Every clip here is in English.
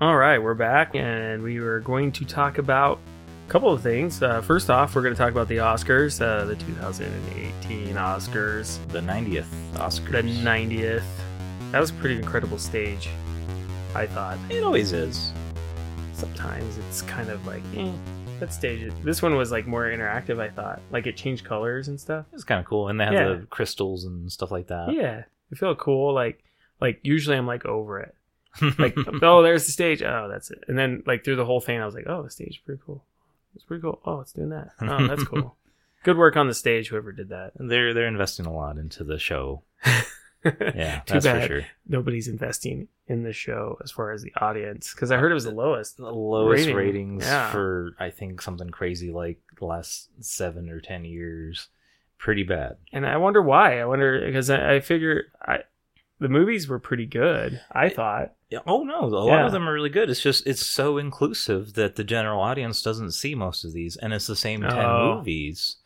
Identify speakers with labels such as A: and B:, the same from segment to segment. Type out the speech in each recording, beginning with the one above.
A: All right, we're back, and we were going to talk about a couple of things. Uh, first off, we're going to talk about the Oscars, uh, the 2018 Oscars,
B: The 90th Oscars.
A: the 90th. That was a pretty incredible stage, I thought.
B: it always is.
A: Sometimes it's kind of like, eh, that stage. is- This one was like more interactive, I thought. Like it changed colors and stuff.
B: It was kind of cool. And they had
A: Yeah.
B: the crystals and stuff like that.
A: yeah, it felt cool. Like, like usually I'm like over it. like oh there's the stage oh that's it and then like through the whole thing i was like oh the stage is pretty cool it's pretty cool oh it's doing that oh that's cool good work on the stage whoever did that
B: they're they're investing a lot into the show. Yeah,
A: Too
B: that's
A: bad.
B: for sure.
A: nobody's investing in the show as far as the audience because i heard it was the lowest
B: The lowest
A: Rating,
B: ratings
A: yeah.
B: for I think something crazy like the last seven or ten years. Pretty bad.
A: and i wonder why i wonder because I, I figure i the movies were pretty good i thought
B: Yeah, Oh no, a lot
A: Yeah.
B: of them are really good. It's just it's so inclusive that the general audience doesn't see most of these, and it's the same ten
A: Oh.
B: movies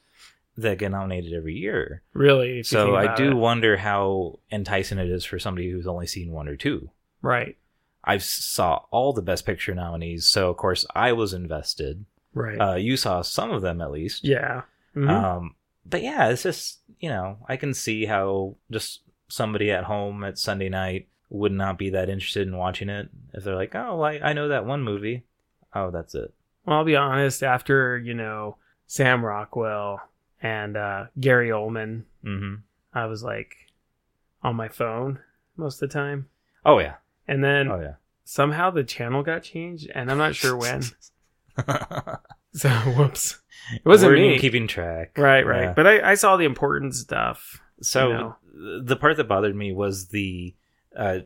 B: that get nominated every year.
A: really if you
B: so
A: think
B: I
A: about
B: do
A: it.
B: wonder how enticing it is for somebody who's only seen one or two.
A: right
B: I saw all the Best Picture nominees, so of course I was invested.
A: right
B: Uh, you saw some of them at least.
A: yeah Mhm.
B: Um, but yeah, it's just you know I can see how just somebody at home at Sunday night would not be that interested in watching it if they're like, oh, I, I know that one movie. Oh, that's it.
A: Well, I'll be honest. After you know Sam Rockwell and uh, Gary Oldman,
B: hmm
A: I was like on my phone most of the time,
B: Oh yeah.
A: and then
B: Oh yeah.
A: somehow the channel got changed, and I'm not sure when. so whoops, it wasn't
B: We're
A: me.
B: keeping track.
A: right, right.
B: Yeah.
A: But I, I saw the important stuff.
B: So
A: You know.
B: th- the part that bothered me was the uh,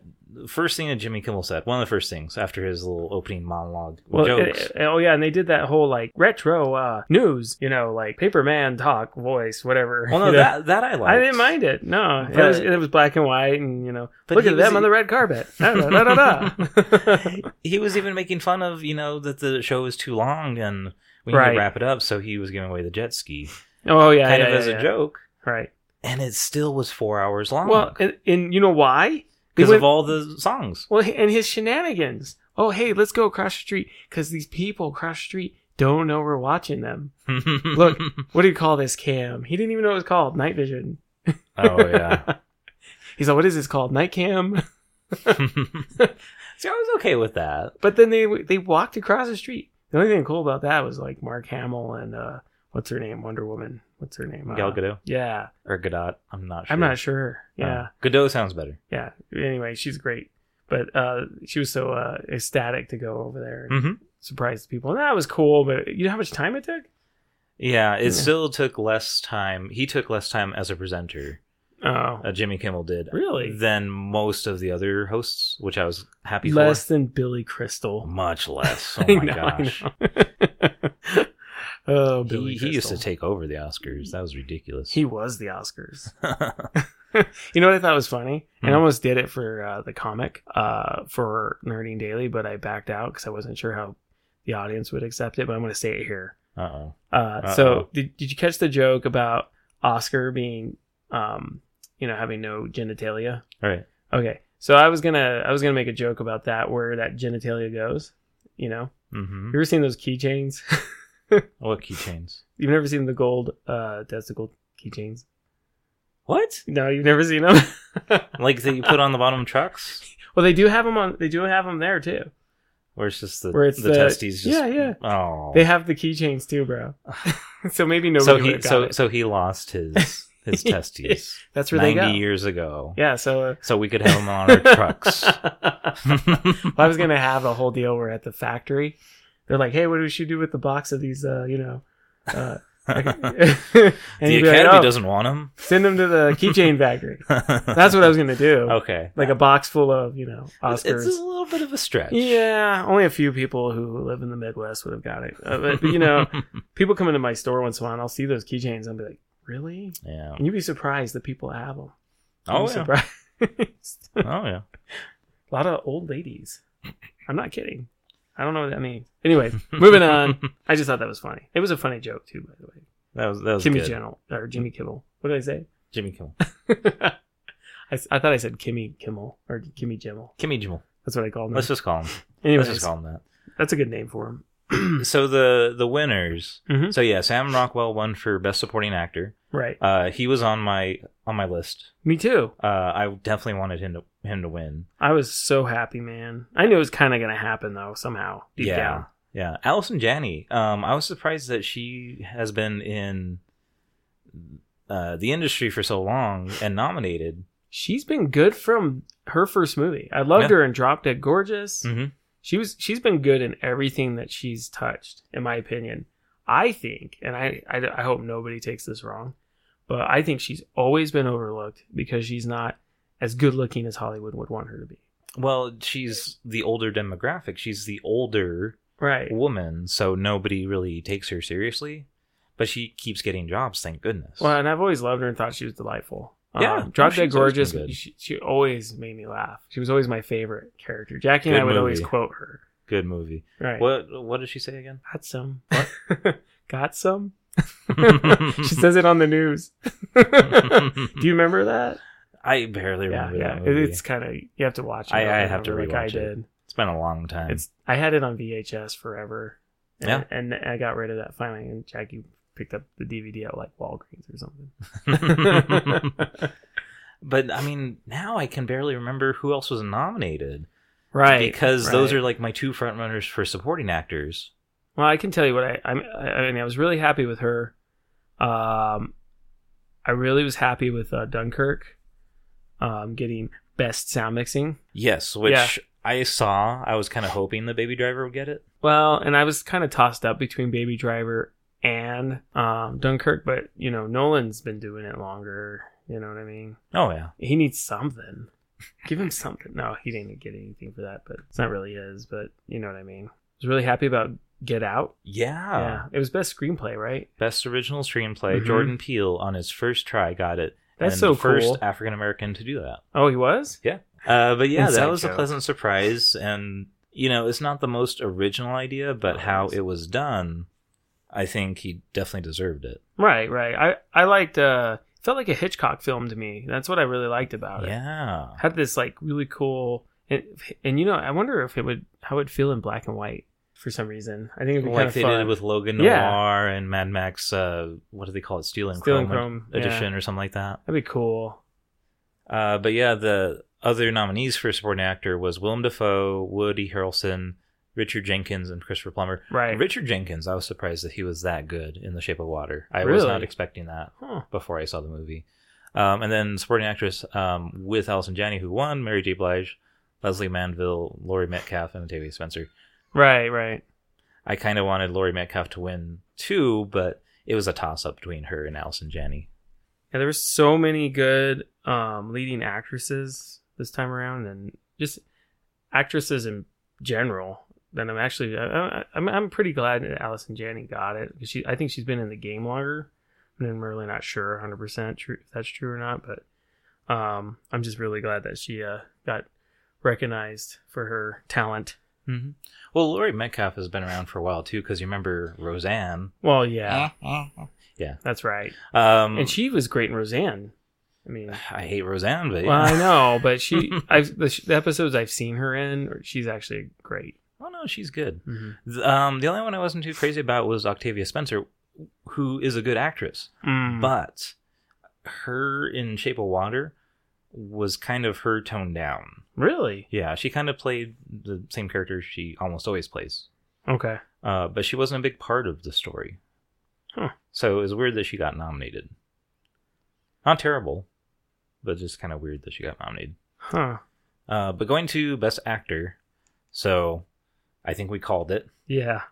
B: first thing that Jimmy Kimmel said. One of the first things after his little opening monologue with
A: Well,
B: jokes.
A: it- it- oh yeah, and they did that whole like retro uh, news, you know, like Paperman talk, voice, whatever.
B: well, no,
A: you know?
B: that that I liked.
A: I didn't mind it. No, it
B: But-
A: was it was black and white, and you know,
B: But
A: look
B: he
A: at
B: was e-
A: them on the red carpet. Da, da, da, da, da.
B: He was even making fun of you know that the show is too long and we need
A: Right.
B: to wrap it up. So he was giving away the jet ski
A: oh yeah,
B: kind
A: yeah,
B: of
A: yeah,
B: as
A: yeah.
B: a joke,
A: right?
B: and it still was four hours long.
A: Well, and, and you know why? They
B: because
A: went-
B: of all the songs.
A: Well, and his shenanigans. Oh hey, let's go across the street because these people across the street don't know we're watching them.
B: Look.
A: What do you call this cam? He didn't even know it was called night vision.
B: Oh yeah.
A: He's like, what is this called? Night cam.
B: so I was okay with that.
A: But then they they walked across the street. The only thing cool about that was like Mark Hamill and uh, what's her name, Wonder Woman. What's her name? Uh,
B: Gal Gadot
A: Yeah,
B: or Gadot? I'm not sure.
A: I'm not sure. Yeah.
B: Uh, Godot sounds better.
A: yeah anyway she's great but uh she was so uh ecstatic to go over there and
B: Mm-hmm.
A: surprise the people and that was cool but you know how much time it took
B: Yeah, it
A: Yeah.
B: still took less time. He took less time as a presenter.
A: oh
B: Uh, Jimmy Kimmel did
A: really
B: than most of the other hosts, which I was happy
A: less
B: for.
A: than billy crystal
B: Much less. Oh
A: I
B: my
A: know, I
B: gosh.
A: know. oh billy
B: He, he used to
A: Crystal.
B: take over the Oscars. That was ridiculous.
A: he was the oscars
B: oh
A: you know what i thought was funny and i
B: Hmm.
A: almost did it for uh the comic uh for nerding daily but i backed out because i wasn't sure how the audience would accept it but i'm going to say it here
B: oh.
A: Uh, so
B: Uh-oh.
A: did, did you catch the joke about Oscar being um you know having no genitalia?
B: All right.
A: Okay. So I was going to I was going to make a joke about that where that genitalia goes, you know.
B: Mm-hmm.
A: You ever seen those keychains?
B: What keychains?
A: you've never seen the gold uh testicle keychains?
B: What?
A: No, you've never seen them.
B: Like that you put on the bottom of trucks?
A: well, they do have them on they do have them there too.
B: Where it's just the,
A: Where it's
B: the,
A: the-
B: testes just.
A: yeah, yeah.
B: Oh.
A: They have the keychains too, bro. so maybe nobody
B: so
A: would
B: he
A: have got
B: so
A: it.
B: so he lost his his testes
A: That's where they
B: 90
A: go.
B: years ago.
A: Yeah, so uh,
B: So we could have them on our trucks.
A: Well, I was gonna have a whole deal where at the factory, they're like, "Hey, what do we should do with the box of these?" Uh, you know, uh, and the
B: the academy doesn't want them.
A: "Oh, send them to the keychain factory. That's what I was gonna do,
B: Okay.
A: like a box full of you know
B: Oh. It's-
A: Oscars.
B: It's a little bit of a stretch.
A: yeah, only a few people who live in the Midwest would have got it. Uh, but, but, you know, people come into my store once in a while, and I'll see those keychains, and I'll be like, "Really?"
B: yeah.
A: And you'd be surprised the people that have them.
B: Oh yeah.
A: surprised.
B: Oh yeah.
A: A lot of old ladies. I'm not kidding. I don't know what that means. Anyway, moving on. I just thought that was funny. It was a funny joke too, by the way.
B: That was that was
A: Kimmy
B: good. Mm.
A: Gentle or Jimmy Kimmel. What did I say?
B: Jimmy Kimmel.
A: I, s- I thought I said Kimmy Kimmel or Kimmy Jimmel.
B: Kimmy Jimmel.
A: That's what I called him.
B: Let's just call him.
A: Anyways, Mm-hmm.
B: Let's just call him
A: that's a good name for him.
B: that. so the the winners.
A: Mhm.
B: So yeah, Sam Rockwell won for best supporting actor.
A: Right.
B: Uh, he was on my on my list.
A: Me too.
B: Uh, I definitely wanted him to him to win.
A: I was so happy, man. I knew it was kind of going to happen though, somehow. Deep
B: yeah,
A: down.
B: yeah. Allison Janney. Um, I was surprised that she has been in uh, the industry for so long and nominated.
A: She's been good from her first movie. I loved
B: Yeah.
A: her in Drop Dead Gorgeous.
B: Mhm.
A: She was she's been good in everything that she's touched, in my opinion. I think, and I, I I hope nobody takes this wrong, but I think she's always been overlooked because she's not as good looking as Hollywood would want her to be.
B: Well, she's the older demographic. She's the older
A: Right.
B: woman, so nobody really takes her seriously. But she keeps getting jobs, thank goodness.
A: Well, and I've always loved her and thought she was delightful.
B: Yeah,
A: um, Drop
B: she's
A: Dead
B: always
A: Gorgeous.
B: been good.
A: She, she always made me laugh. She was always my favorite character. Jackie and
B: Good
A: I would always
B: movie.
A: quote her.
B: Good movie.
A: Right.
B: What what did she say again?
A: Got some. What? Got some. she says it on the news. Do you remember that?
B: I barely remember that
A: It-
B: movie.
A: It's kind of you have to watch. it
B: I-
A: over
B: I
A: and
B: have to
A: over, like I
B: rewatch it.
A: did.
B: it's been a long time.
A: It's I had it on VHS forever. And,
B: Yeah.
A: and I got rid of that finally, and Jackie picked up the DVD at like Walgreens or something.
B: but I mean, now I can barely remember who else was nominated
A: Right.
B: because those
A: right.
B: are like my two front runners for supporting actors.
A: Well, I can tell you what I, I I mean. I was really happy with her. Um, I really was happy with uh, Dunkirk, um, getting best sound mixing.
B: Yes, which
A: Yeah.
B: I saw. I was kind of hoping the Baby Driver would get it.
A: Well, and I was kind of tossed up between Baby Driver and um, Dunkirk, but you know Nolan's been doing it longer. You know what I mean?
B: Oh yeah,
A: He needs something. Give him something. No, he didn't get anything for that, but it's not really his. But you know what I mean. I was really happy about Get Out.
B: yeah. Mm-hmm.
A: Yeah, it was best screenplay, right?
B: Best original screenplay.
A: Mhm.
B: Jordan Peele on his first try got it.
A: That's
B: and
A: so
B: the first
A: cool.
B: African American to do that.
A: Oh, he was.
B: Uh, but yeah,
A: Inside
B: that was a
A: joke.
B: pleasant surprise, and you know, it's not the most original idea, but
A: Oh,
B: how
A: yes.
B: it was done, I think he definitely deserved it.
A: Right, right. I I liked uh felt like a Hitchcock film to me. That's what I really liked about it.
B: Yeah,
A: Had this like really cool and, and you know, I wonder if it would how it'd feel in black and white for some reason. I think it'd be kind
B: like
A: of
B: they
A: fun.
B: did with Logan
A: Yeah.
B: Noir and Mad Max. Uh, what do they call it? Steel and
A: Steel and Chrome,
B: Chrome,
A: yeah.
B: edition or something like that.
A: That'd be cool.
B: Uh, but yeah, the other nominees for supporting actor was Willem Dafoe, Woody Harrelson, Richard Jenkins, and Christopher Plummer.
A: Right.
B: Richard Jenkins, I was surprised that he was that good in The Shape of Water. I was
A: Really?
B: not expecting that
A: Huh.
B: before I saw the movie. Um, and then supporting actress um, with Allison Janney, who won, Mary J. Blige, Leslie Manville, Laurie Metcalf, and Octavia Spencer.
A: Right, right.
B: I kind of wanted Laurie Metcalf to win too, but it was a toss up between her and Allison Janney.
A: Yeah, there were so many good um leading actresses this time around and just actresses in general. Then I'm actually I, I, I'm I'm pretty glad that Allison Janney got it because she I think she's been in the game longer. And I'm really not sure 100 percent true if that's true or not, but um, I'm just really glad that she uh, got recognized for her talent.
B: Mm-hmm. Well, Laurie Metcalf has been around for a while too, because you remember Roseanne.
A: Well, yeah, that's right.
B: Um,
A: And she was great in Roseanne. I mean,
B: I hate Roseanne, but
A: well, I know, but she I've the, the episodes I've seen her in, she's actually great.
B: oh no, she's good. Th- Um, the only one I wasn't too crazy about was Octavia Spencer, who is a good actress,
A: Mm.
B: but her in Shape of Water was kind of her toned down.
A: Really?
B: Yeah, she kind of played the same character she almost always plays,
A: Okay.
B: uh, but she wasn't a big part of the story.
A: Huh.
B: So it was weird that she got nominated. Not terrible, but just kind of weird that she got nominated.
A: Huh.
B: Uh, but going to Best Actor, so I think we called it
A: Yeah.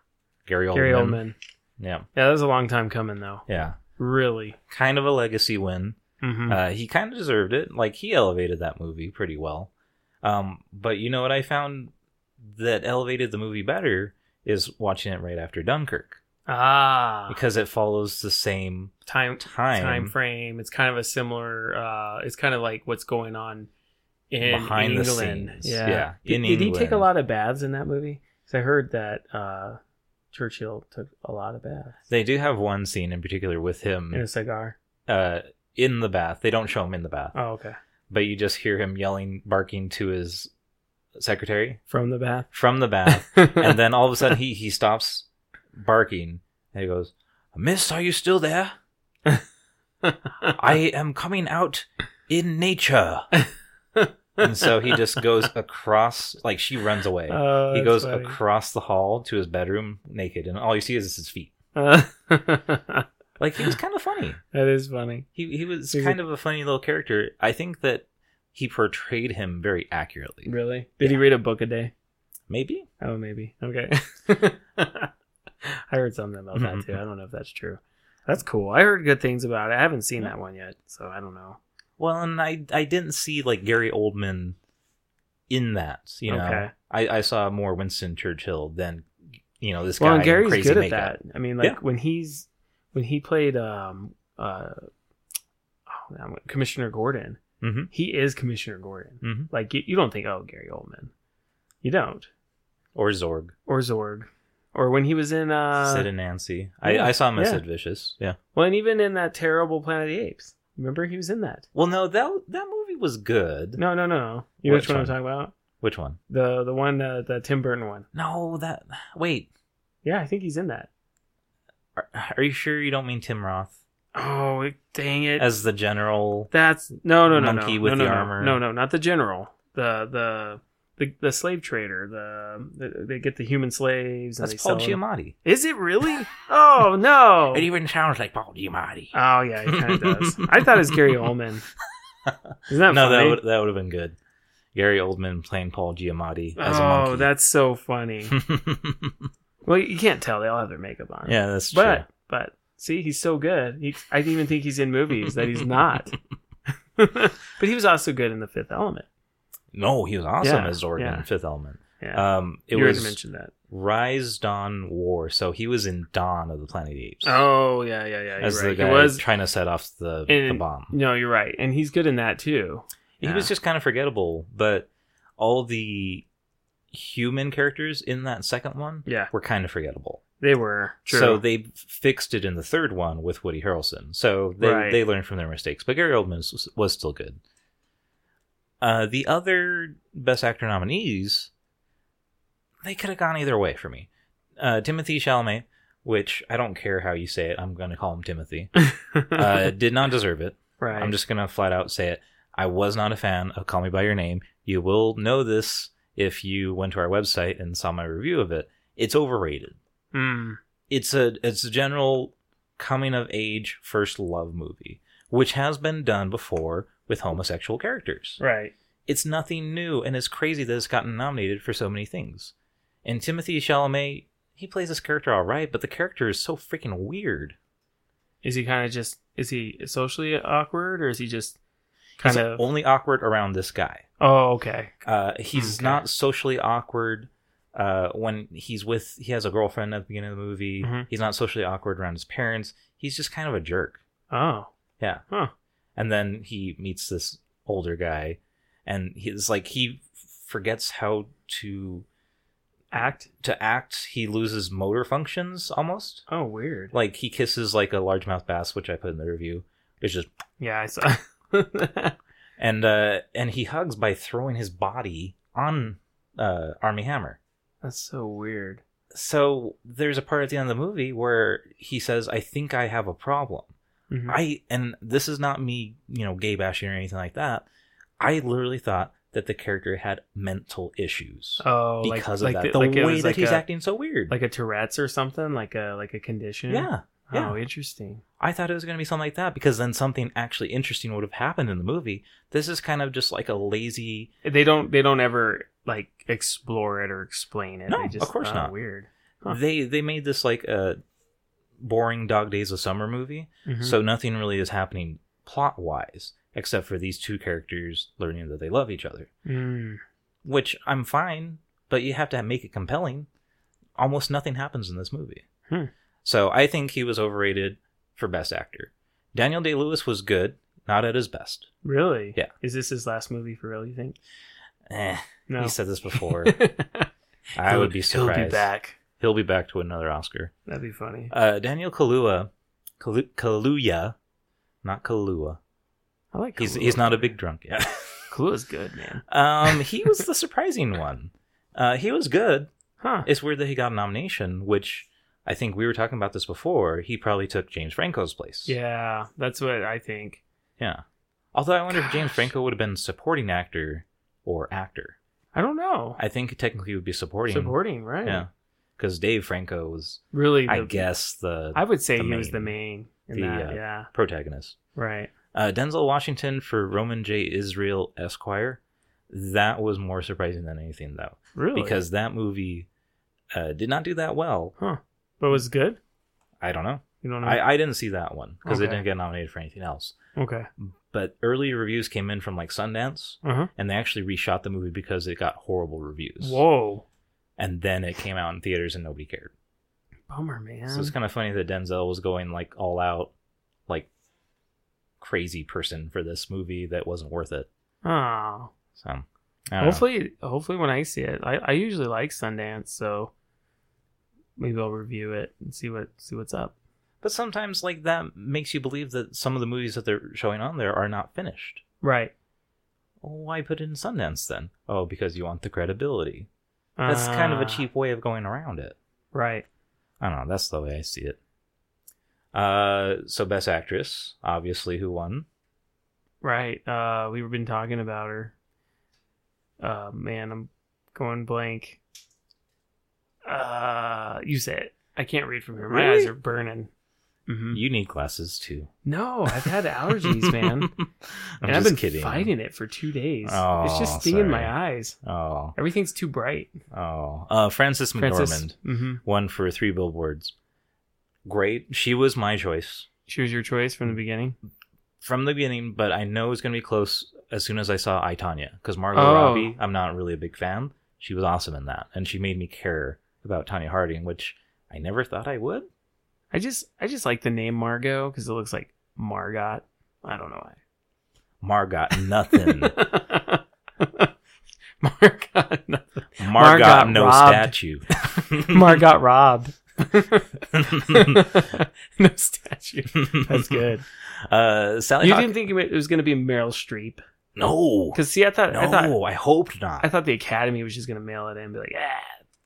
B: Gary Oldman.
A: Gary Oldman.
B: Yeah,
A: Yeah, that was a long time coming though.
B: yeah,
A: Really.
B: kind of a legacy win.
A: hmm
B: Uh, he kind of deserved it. Like he elevated that movie pretty well. Um, but you know what I found that elevated the movie better is watching it right after Dunkirk
A: ah.
B: because it follows the same
A: time
B: time,
A: time frame. It's kind of a similar. uh It's kind of like what's going on in
B: Behind the
A: England.
B: scenes.
A: Yeah.
B: Yeah,
A: Did,
B: in
A: did he take a
B: England.
A: lot of baths in that movie? Because I heard that uh Churchill took a lot of baths
B: They do have one scene in particular with
A: and
B: him
A: a cigar.
B: uh, in
A: Uh.
B: the bath. They don't show him in the bath,
A: Oh, okay.
B: but you just hear him yelling, barking to his secretary
A: from the bath.
B: from the bath, Uh, and then all of a sudden he he stops barking and he goes, "Miss, are you still there? I
A: Uh.
B: am coming out in nature." and so he just goes across, like she runs away.
A: Oh,
B: he
A: that's
B: goes
A: funny.
B: across the hall to his bedroom naked, and all you see is his feet.
A: Uh,
B: Like he was kind of funny.
A: that is funny.
B: He he was
A: Is
B: kind of a funny little character. I think that he portrayed him very accurately.
A: Really? Did he read a book a day?
B: Maybe
A: Oh, maybe. Okay. I heard something about that too. I don't know if that's true. That's cool. I heard good things about it. I haven't seen that one yet, so I don't know.
B: Well, and I I didn't see like Gary Oldman in that. You know,
A: Okay.
B: I I saw more Winston Churchill than you know this
A: well,
B: guy.
A: and
B: in
A: Gary's
B: crazy
A: good
B: makeup.
A: at that. I mean, like
B: Yeah.
A: when he's when he played um uh oh, I'm- Commissioner Gordon,
B: Mhm.
A: he is Commissioner Gordon.
B: Mhm.
A: Like you, you don't think, oh, Gary Oldman, you don't,
B: Or Zorg,
A: or Zorg, or when he was in uh
B: Sid and Nancy.
A: yeah,
B: I I saw him as
A: yeah.
B: Sid Vicious. Yeah.
A: well, and even in that terrible Planet of the Apes. Remember he was in that?
B: Well, no that that movie was good.
A: No, no, no, no. You know
B: Which
A: which one I'm
B: one?
A: talking about?
B: Which one?
A: The the one uh, the Tim Burton one.
B: No, that wait.
A: Yeah, I think he's in that.
B: Are, are you sure you don't mean Tim Roth
A: Oh dang it!
B: as the general?
A: That's no, no, no,
B: Monkey
A: no,
B: with
A: no,
B: the
A: no, no.
B: armor.
A: No, no, not the general. The the the, the slave trader. The, the they get the human slaves. And
B: That's
A: they
B: Paul
A: sell them.
B: Giamatti.
A: Is it really? Oh no!
B: It even sounds like Paul Giamatti.
A: Oh yeah, it kind of does. I thought it was Gary Oldman. Isn't that
B: no, that
A: funny?
B: would that would have been good. Gary Oldman playing Paul Giamatti as
A: oh,
B: a monkey.
A: that's so funny. well, you can't tell. They all have their makeup on.
B: yeah, that's true.
A: but but see, he's so good. He, I didn't even think he's in movies that he's not. but he was also good in The Fifth Element.
B: No, he was awesome
A: Yeah,
B: as Zorg
A: yeah.
B: in Fifth Element.
A: Yeah,
B: Um, it
A: you already
B: was
A: mentioned that.
B: Rise Dawn War, so he was in Dawn of the Planet of the Apes.
A: Oh yeah, yeah, yeah. You're
B: as the
A: right.
B: guy
A: It was
B: trying to set off the, the
A: And-
B: bomb.
A: no, you're right, and he's good in that too.
B: He was
A: Yeah.
B: just kind of forgettable, but all the human characters in that second one
A: Yeah,
B: were kind of forgettable.
A: they were true.
B: So they fixed it in the third one with Woody Harrelson. So they,
A: Right.
B: they learned from their mistakes. But Gary Oldman was, was still good. Uh, the other Best Actor nominees, they could have gone either way for me. Uh, Timothy Chalamet, which I don't care how you say it, I'm going to call him Timothy, uh, did not deserve it.
A: right.
B: I'm just going to flat out say it. I was not a fan of Call Me By Your Name. You will know this if you went to our website and saw my review of it. It's overrated
A: Mm,
B: it's a it's a general coming of age first love movie, which has been done before with homosexual characters.
A: right.
B: It's nothing new, and it's crazy that it's gotten nominated for so many things. And Timothy Chalamet, he plays this character all right, but the character is so freaking weird.
A: Is he kind of just? Is he socially awkward, or is he just
B: He's
A: kind of?
B: only awkward around this guy.
A: Oh, okay.
B: Uh, he's
A: Okay.
B: not socially awkward uh, when he's with. He has a girlfriend at the beginning of the movie.
A: Mhm.
B: He's not socially awkward around his parents. He's just kind of a jerk.
A: Oh,
B: Yeah.
A: Huh.
B: And then he meets this older guy, and he's like he forgets how to
A: act.
B: to act. He loses motor functions almost.
A: Oh, weird.
B: Like he kisses like a largemouth bass, which I put in the review. It's just
A: Yeah, I saw.
B: and uh and he hugs by throwing his body on uh Army Hammer.
A: That's so weird.
B: So there's a part at the end of the movie where he says, "I think I have a problem."
A: Mhm.
B: I and this is not me, you know, gay bashing or anything like that. I literally thought that the character had mental issues
A: oh, like-
B: because
A: like,
B: of that.
A: The,
B: The,
A: like it
B: way
A: was
B: that
A: like
B: he's
A: a,
B: acting so weird.
A: like a Tourette's or something, like a like a condition.
B: yeah, yeah.
A: Oh, interesting.
B: I thought it was going to be something like that because then something actually interesting would have happened in the movie. This is kind of just like a lazy.
A: They don't. They don't ever like explore it or explain it.
B: No,
A: they
B: of
A: just,
B: course
A: oh,
B: not.
A: Weird. Huh.
B: They they made this like a boring Dog Days of Summer movie,
A: Mhm.
B: Mm-hmm. so nothing really is happening plot wise except for these two characters learning that they love each other.
A: Mm.
B: which I'm fine, but you have to make it compelling. Almost nothing happens in this movie.
A: Hmm.
B: So I think he was overrated for best actor. Daniel Day Lewis was good, not at his best.
A: Really?
B: Yeah.
A: Is this his last movie for real? You think?
B: Eh,
A: No.
B: He said this before.
A: I
B: I would be surprised.
A: He'll be back.
B: He'll be back to another Oscar.
A: That'd be funny.
B: Uh, Daniel Kaluuya, Kalu- Kaluuya, not Kaluuya.
A: I like.
B: He's
A: Kaluuya.
B: he's not a big drunk yet.
A: Clue is good, man.
B: Um, he was the surprising one. Uh, he was good.
A: Huh.
B: It's weird that he got a nomination, which I think we were talking about this before. He probably took James Franco's place.
A: Yeah, that's what I think.
B: Yeah. Although I wonder if James
A: Gosh.
B: Franco would have been supporting actor or actor.
A: I don't know.
B: I think technically he would be supporting.
A: Supporting, right?
B: Yeah. Because Dave Franco was,
A: Really,
B: I
A: the-
B: guess, the
A: I would say
B: the
A: he was
B: main-
A: the main in
B: the,
A: that.
B: uh,
A: yeah.
B: protagonist.
A: Right.
B: Uh, Denzel Washington for Roman J. Israel Esquire. That was more surprising than anything, though,
A: Really.
B: because that movie uh, did not do that well.
A: but was it good.
B: I don't know.
A: You don't know.
B: I, I didn't see that one because it
A: Okay.
B: didn't get nominated for anything else.
A: okay.
B: But early reviews came in from like Sundance,
A: Uh huh.
B: and they actually reshot the movie because it got horrible reviews.
A: Whoa.
B: And then it came out in theaters and nobody cared.
A: Bummer, man.
B: So it's kind of funny that Denzel was going like all out, like crazy person for this movie that wasn't worth it.
A: oh.
B: So I don't know.
A: Hopefully, hopefully when I see it, I, I usually like Sundance, so maybe I'll review it and see what see what's up.
B: But sometimes, like that, makes you believe that some of the movies that they're showing on there are not finished.
A: Right.
B: Well, why put it in Sundance then? Oh, because you want the credibility. That's kind of a
A: Uh,
B: cheap way of going around it.
A: Right.
B: I don't know. That's the way I see it. Uh, so best actress, obviously, who won?
A: Right. Uh, we've been talking about her. Uh, man, I'm going blank. Uh, you say it. I can't read from here. My eyes
B: Really? Mm-hmm.
A: are burning. Mhm.
B: You need glasses too.
A: No, I've had allergies, man,
B: I'm
A: and
B: just
A: I've been
B: kidding.
A: fighting it for two days. it's
B: Oh,
A: just stinging
B: sorry.
A: my eyes.
B: Oh,
A: Everything's too bright.
B: oh. Uh, Frances McDormand
A: Francis, hmm
B: won for Three Billboards. Great. She was my choice
A: she was your choice from the beginning.
B: from the beginning, but I know it was going to be close as soon as I saw I Tanya because Margot
A: Oh.
B: Robbie. I'm not really a big fan. She was awesome in that, and she made me care about Tanya Harding, which I never thought I would.
A: I just I just like the name Margot because it looks like Margot. I don't know
B: Margot, nothing.
A: why. Margot, no.
B: Mar got
A: Margot
B: no
A: robbed.
B: statue.
A: Margot robbed. no statue. That's good.
B: Uh, Sally
A: you
B: Hawk-
A: didn't think it was going to be Meryl Streep?
B: No,
A: Because see, I thought
B: no,
A: I thought
B: I hoped not.
A: I thought the Academy was just going to mail it in and be like, yeah,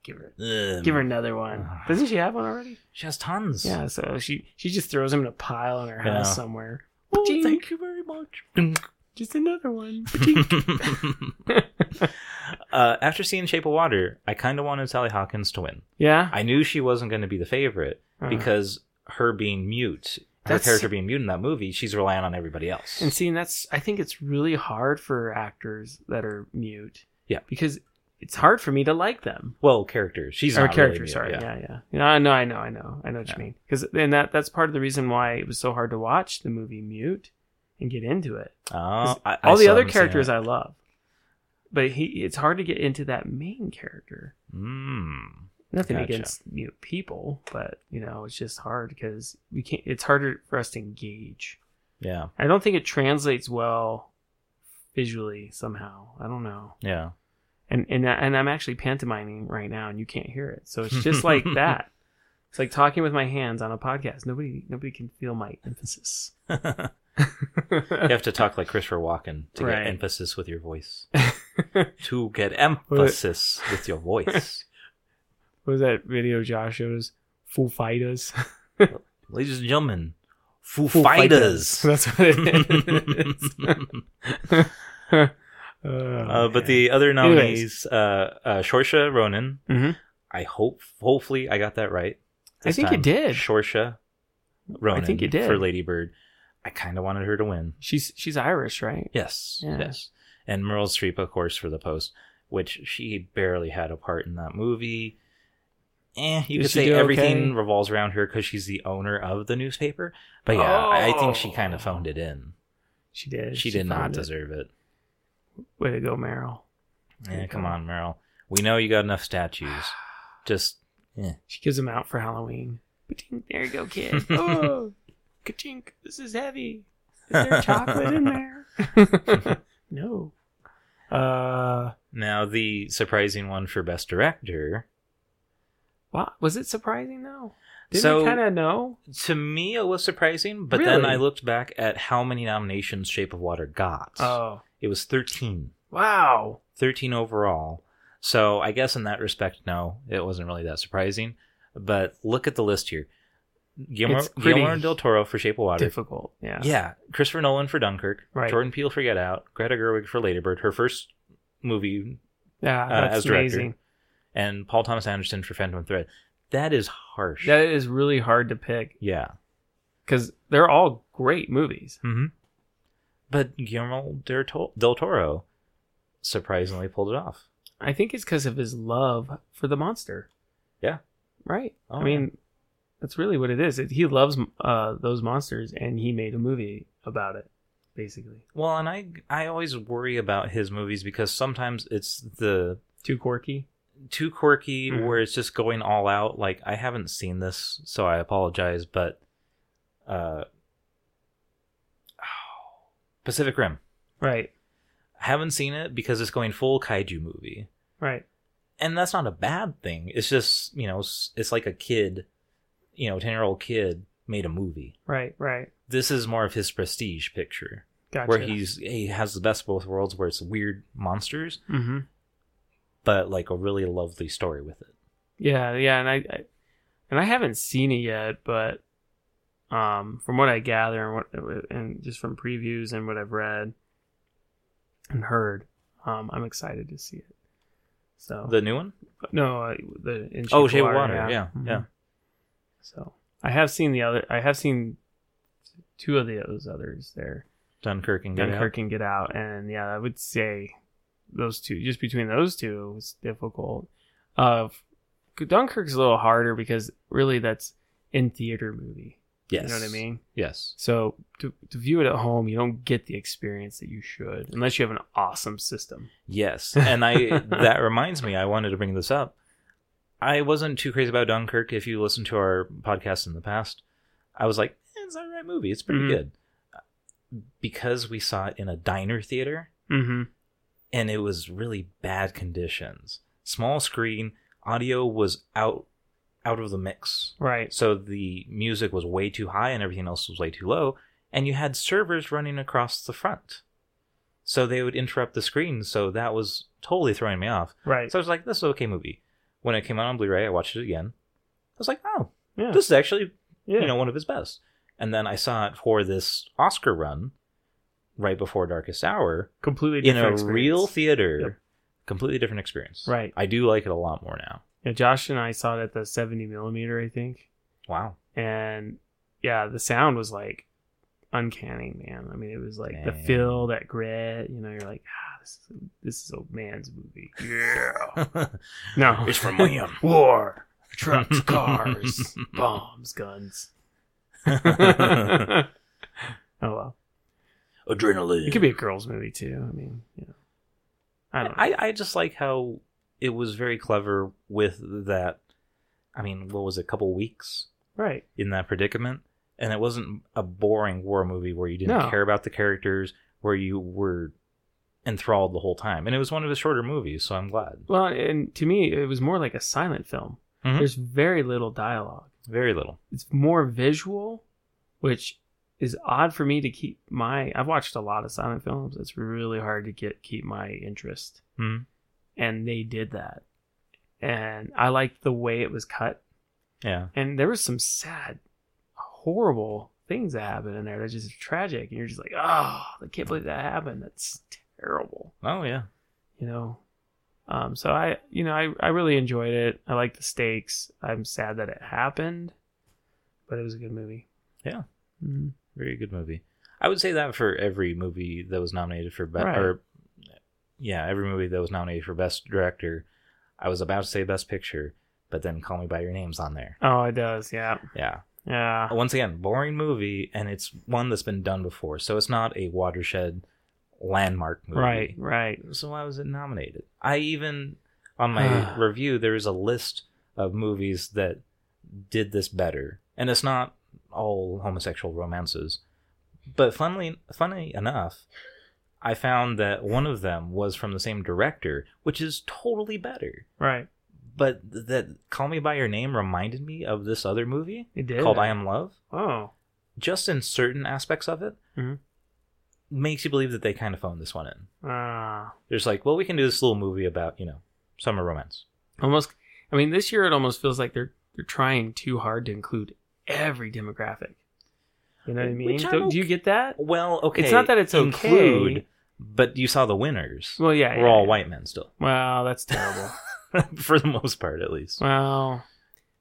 A: give her
B: Ugh.
A: give her another one.
B: Ah.
A: Doesn't she have one already?
B: She has tons.
A: Yeah. So she she just throws them in a pile in her
B: Yeah.
A: house somewhere.
B: Oh,
A: Dink.
B: thank you very much.
A: Just another one.
B: uh, after seeing Shape of Water, I kind of wanted Sally Hawkins to win.
A: yeah.
B: I knew she wasn't going to be the favorite
A: Uh,
B: because her being mute, her
A: That's-
B: character being mute in that movie, she's relying on everybody else.
A: And seeing that's, I think it's really hard for actors that are mute.
B: Yeah.
A: Because it's hard for me to like them.
B: well, character. She's
A: or
B: not really
A: character,
B: mute,
A: sorry.
B: yeah.
A: Yeah, yeah. yeah. I know, I know, I know. I know what
B: Yeah.
A: you mean. Because and that that's part of the reason why it was so hard to watch the movie mute and get into it.
B: Oh, I- I
A: All the
B: still
A: other
B: haven't seen
A: characters
B: it.
A: I love. But he it's hard to get into that main character.
B: Mm.
A: Nothing
B: Gotcha.
A: against mute people, but you know, it's just hard because we can't it's harder for us to engage.
B: Yeah,
A: I don't think it translates well visually somehow. I don't know.
B: yeah.
A: And and I- and I'm actually pantomiming right now, and you can't hear it. So it's just like that. It's like talking with my hands on a podcast. Nobody nobody can feel my emphasis.
B: you have to talk like Christopher Walken to
A: Right.
B: get emphasis with your voice. to get emphasis with your voice.
A: what was that video Josh showed us? Full fighters.
B: Ladies and gentlemen, Foo,
A: Full
B: Fighters.
A: That's what it is. Oh,
B: uh, but the other nominees, uh, uh, Shorsha Ronan.
A: Mhm.
B: I hope, hopefully, I got that right.
A: I
B: this
A: think
B: time.
A: it did.
B: Shorsha Ronan.
A: I think you did.
B: for Lady Bird. I kind of wanted her to win.
A: she's she's Irish, right?
B: Yes,
A: Yeah.
B: yes. And Meryl Streep, of course, for the post, which she barely had a part in that movie. Eh, you
A: Did
B: could
A: she
B: say
A: do
B: everything
A: okay?
B: revolves around her because she's the owner of the newspaper. But yeah, I think she kind
A: Oh.
B: of phoned it in.
A: She did.
B: She, did not
A: found it.
B: deserve it.
A: Way to go, Meryl.
B: Yeah, come on, Meryl. We know you got enough statues. Just
A: She gives them out for Halloween. Ka-chink, there you go, kid. Oh, ka-chink, this is heavy. Is there chocolate in there? no. Uh,
B: now the surprising one for best director.
A: wow. was it surprising though? Didn't
B: So-
A: we kind of know?
B: To me, it was surprising, but then
A: Really?
B: I looked back at how many nominations Shape of Water got.
A: Oh,
B: It was 13.
A: Wow.
B: 13 overall. So I guess in that respect, no, it wasn't really that surprising. But look at the list here: Guillermo,
A: It's pretty
B: Guillermo del Toro for Shape of Water.
A: Difficult. Yeah.
B: Yeah, Christopher Nolan for Dunkirk.
A: Right.
B: Jordan Peele for Get Out. Greta Gerwig for Lady Bird, her first movie,
A: Yeah.
B: Uh,
A: That's
B: as director.
A: amazing.
B: and Paul Thomas Anderson for Phantom Thread. That is harsh.
A: That is really hard to pick
B: yeah.
A: because they're all great movies.
B: Mm-hmm. But Guillermo del Tor- del Toro surprisingly pulled it off.
A: I think it's because of his love for the monster.
B: Yeah.
A: Right.
B: Oh,
A: I mean, that's really what it is. It, he loves uh, those monsters, and he made a movie about it, basically.
B: Well, and I I always worry about his movies because sometimes it's the
A: Too quirky.
B: too quirky
A: Mhm.
B: where it's just going all out. Like I haven't seen this, so I apologize, but uh oh, Pacific Rim.
A: Right.
B: I haven't seen it because it's going full kaiju movie.
A: Right.
B: And that's not a bad thing. It's just, you know, it's, it's like a kid, you know, 10-year-old kid made a movie.
A: Right. Right.
B: This is more of his prestige picture
A: Gotcha.
B: where he's he has the best of both worlds where it's weird monsters
A: Mm-hmm.
B: but like a really lovely story with it.
A: Yeah, yeah, and I, I and I haven't seen it yet, but um, from what I gather and what and just from previews and what I've read and heard, um, I'm excited to see it. So
B: The new one?
A: no, uh, the in
B: Oh, Shape of Water, yeah,
A: Mhm.
B: yeah.
A: So I have seen the other. I have seen two of those others there,
B: Dunkirk and Get Out.
A: Dunkirk and Get Out, and yeah, I would say those two. Just between those two, it's difficult. Uh, Dunkirk's a little harder because really that's in theater movie.
B: Yes.
A: You know what I mean?
B: Yes.
A: So to, to view it at home, you don't get the experience that you should unless you have an awesome system.
B: Yes. And I that reminds me, I wanted to bring this up. I wasn't too crazy about Dunkirk. If you listen to our podcast in the past, I was like, eh, it's an alright movie. It's pretty
A: Mhm.
B: good. Because we saw it in a diner theater
A: Mm-hmm.
B: and it was really bad conditions. Small screen, audio was out out of the mix.
A: Right.
B: So the music was way too high and everything else was way too low, and you had servers running across the front. So they would interrupt the screen, so that was totally throwing me off.
A: Right.
B: So I was like, this is an okay movie. When it came out on Blu ray, I watched it again. I was like, oh,
A: yeah.
B: this is actually
A: yeah.
B: you know one of his best. And then I saw it for this Oscar run right before Darkest Hour
A: completely
B: in
A: different
B: a
A: experience.
B: real theater.
A: Yep.
B: Completely different experience.
A: Right.
B: I do like it a lot more now.
A: Yeah, Josh and I saw it at the 70 millimeter, I think.
B: Wow.
A: and yeah, the sound was like uncanny, man. I mean, it was like the
B: Man.
A: feel, that grit. You know, you're like, ah, this is, this is a man's movie. Yeah, no,
B: It's from William.
A: War, trucks, cars, bombs, guns. oh well,
B: adrenaline.
A: it could be a girls' movie too. I mean, you know, I don't. Know.
B: I, I just like how it was very clever with that. I mean, what was it, a couple weeks
A: right,
B: in that predicament, and it wasn't a boring war movie where you didn't
A: No.
B: care about the characters, where you were enthralled the whole time. And it was one of his shorter movies, so I'm glad.
A: well, and to me, it was more like a silent film.
B: Mhm.
A: There's very little dialogue.
B: Very little.
A: it's more visual, which is odd for me to keep my. I've watched a lot of silent films. It's really hard to get keep my interest,
B: Mhm.
A: and they did that. And I liked the way it was cut.
B: Yeah.
A: And there was some sad, horrible things that happened in there. That's just tragic. And you're just like, oh, I can't believe that happened. That's terrible
B: Oh yeah.
A: you know um so i you know i, I really enjoyed it i like the stakes i'm sad that it happened but it was a good movie
B: Yeah.
A: Mhm.
B: Very good movie. I would say that for every movie that was nominated for best,
A: Right.
B: or yeah, every movie that was nominated for best director. I was about to say best picture, but then Call Me by Your Name's on there.
A: oh it does yeah
B: Yeah.
A: yeah
B: Once again, boring movie, and it's one that's been done before, so it's not a watershed landmark movie.
A: right right
B: So why was it nominated? I even on my review there is a list of movies that did this better, and it's not all homosexual romances. But funnily, funny enough, I found that one of them was from the same director, which is totally better.
A: right
B: But th- that "Call Me by Your Name" reminded me of this other movie
A: it did
B: called "I Am Love."
A: oh
B: Just in certain aspects of it,
A: Mhm.
B: makes you believe that they kind of phoned this one in.
A: Ah,
B: They're just like, well, we can do this little movie about you know summer romance.
A: almost. I mean, this year it almost feels like they're they're trying too hard to include every demographic. You know what I mean?
B: Which I'm
A: Do, do you get that?
B: Well, okay,
A: It's not that it's okay.
B: but you saw the winners.
A: Well, yeah,
B: We're
A: yeah,
B: all
A: yeah.
B: white men still,
A: Wow, that's terrible.
B: for the most part, at least.
A: well,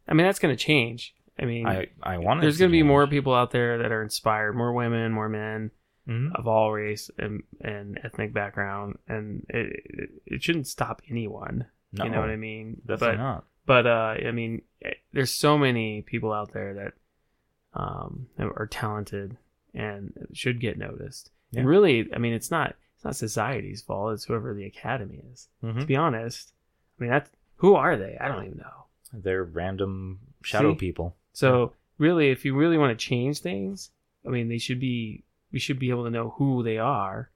A: I mean, that's going to change. I mean,
B: I I want.
A: there's going to be more people out there that are inspired, more women, more men
B: hmm
A: of all race and, and ethnic background, and it, it it shouldn't stop anyone.
B: Mm-hmm. No,
A: You know what I mean?
B: definitely
A: but
B: not.
A: but uh, I mean, eh, there's so many people out there that um are talented and should get noticed.
B: Yeah.
A: And really, I mean, it's not it's not society's fault. It's whoever the academy is.
B: Mhm.
A: To be honest, I mean, that's who are they? I don't even know.
B: They're random shadow
A: See?
B: people.
A: So really, if you really want to change things, I mean, they should be we should be able to know who they are.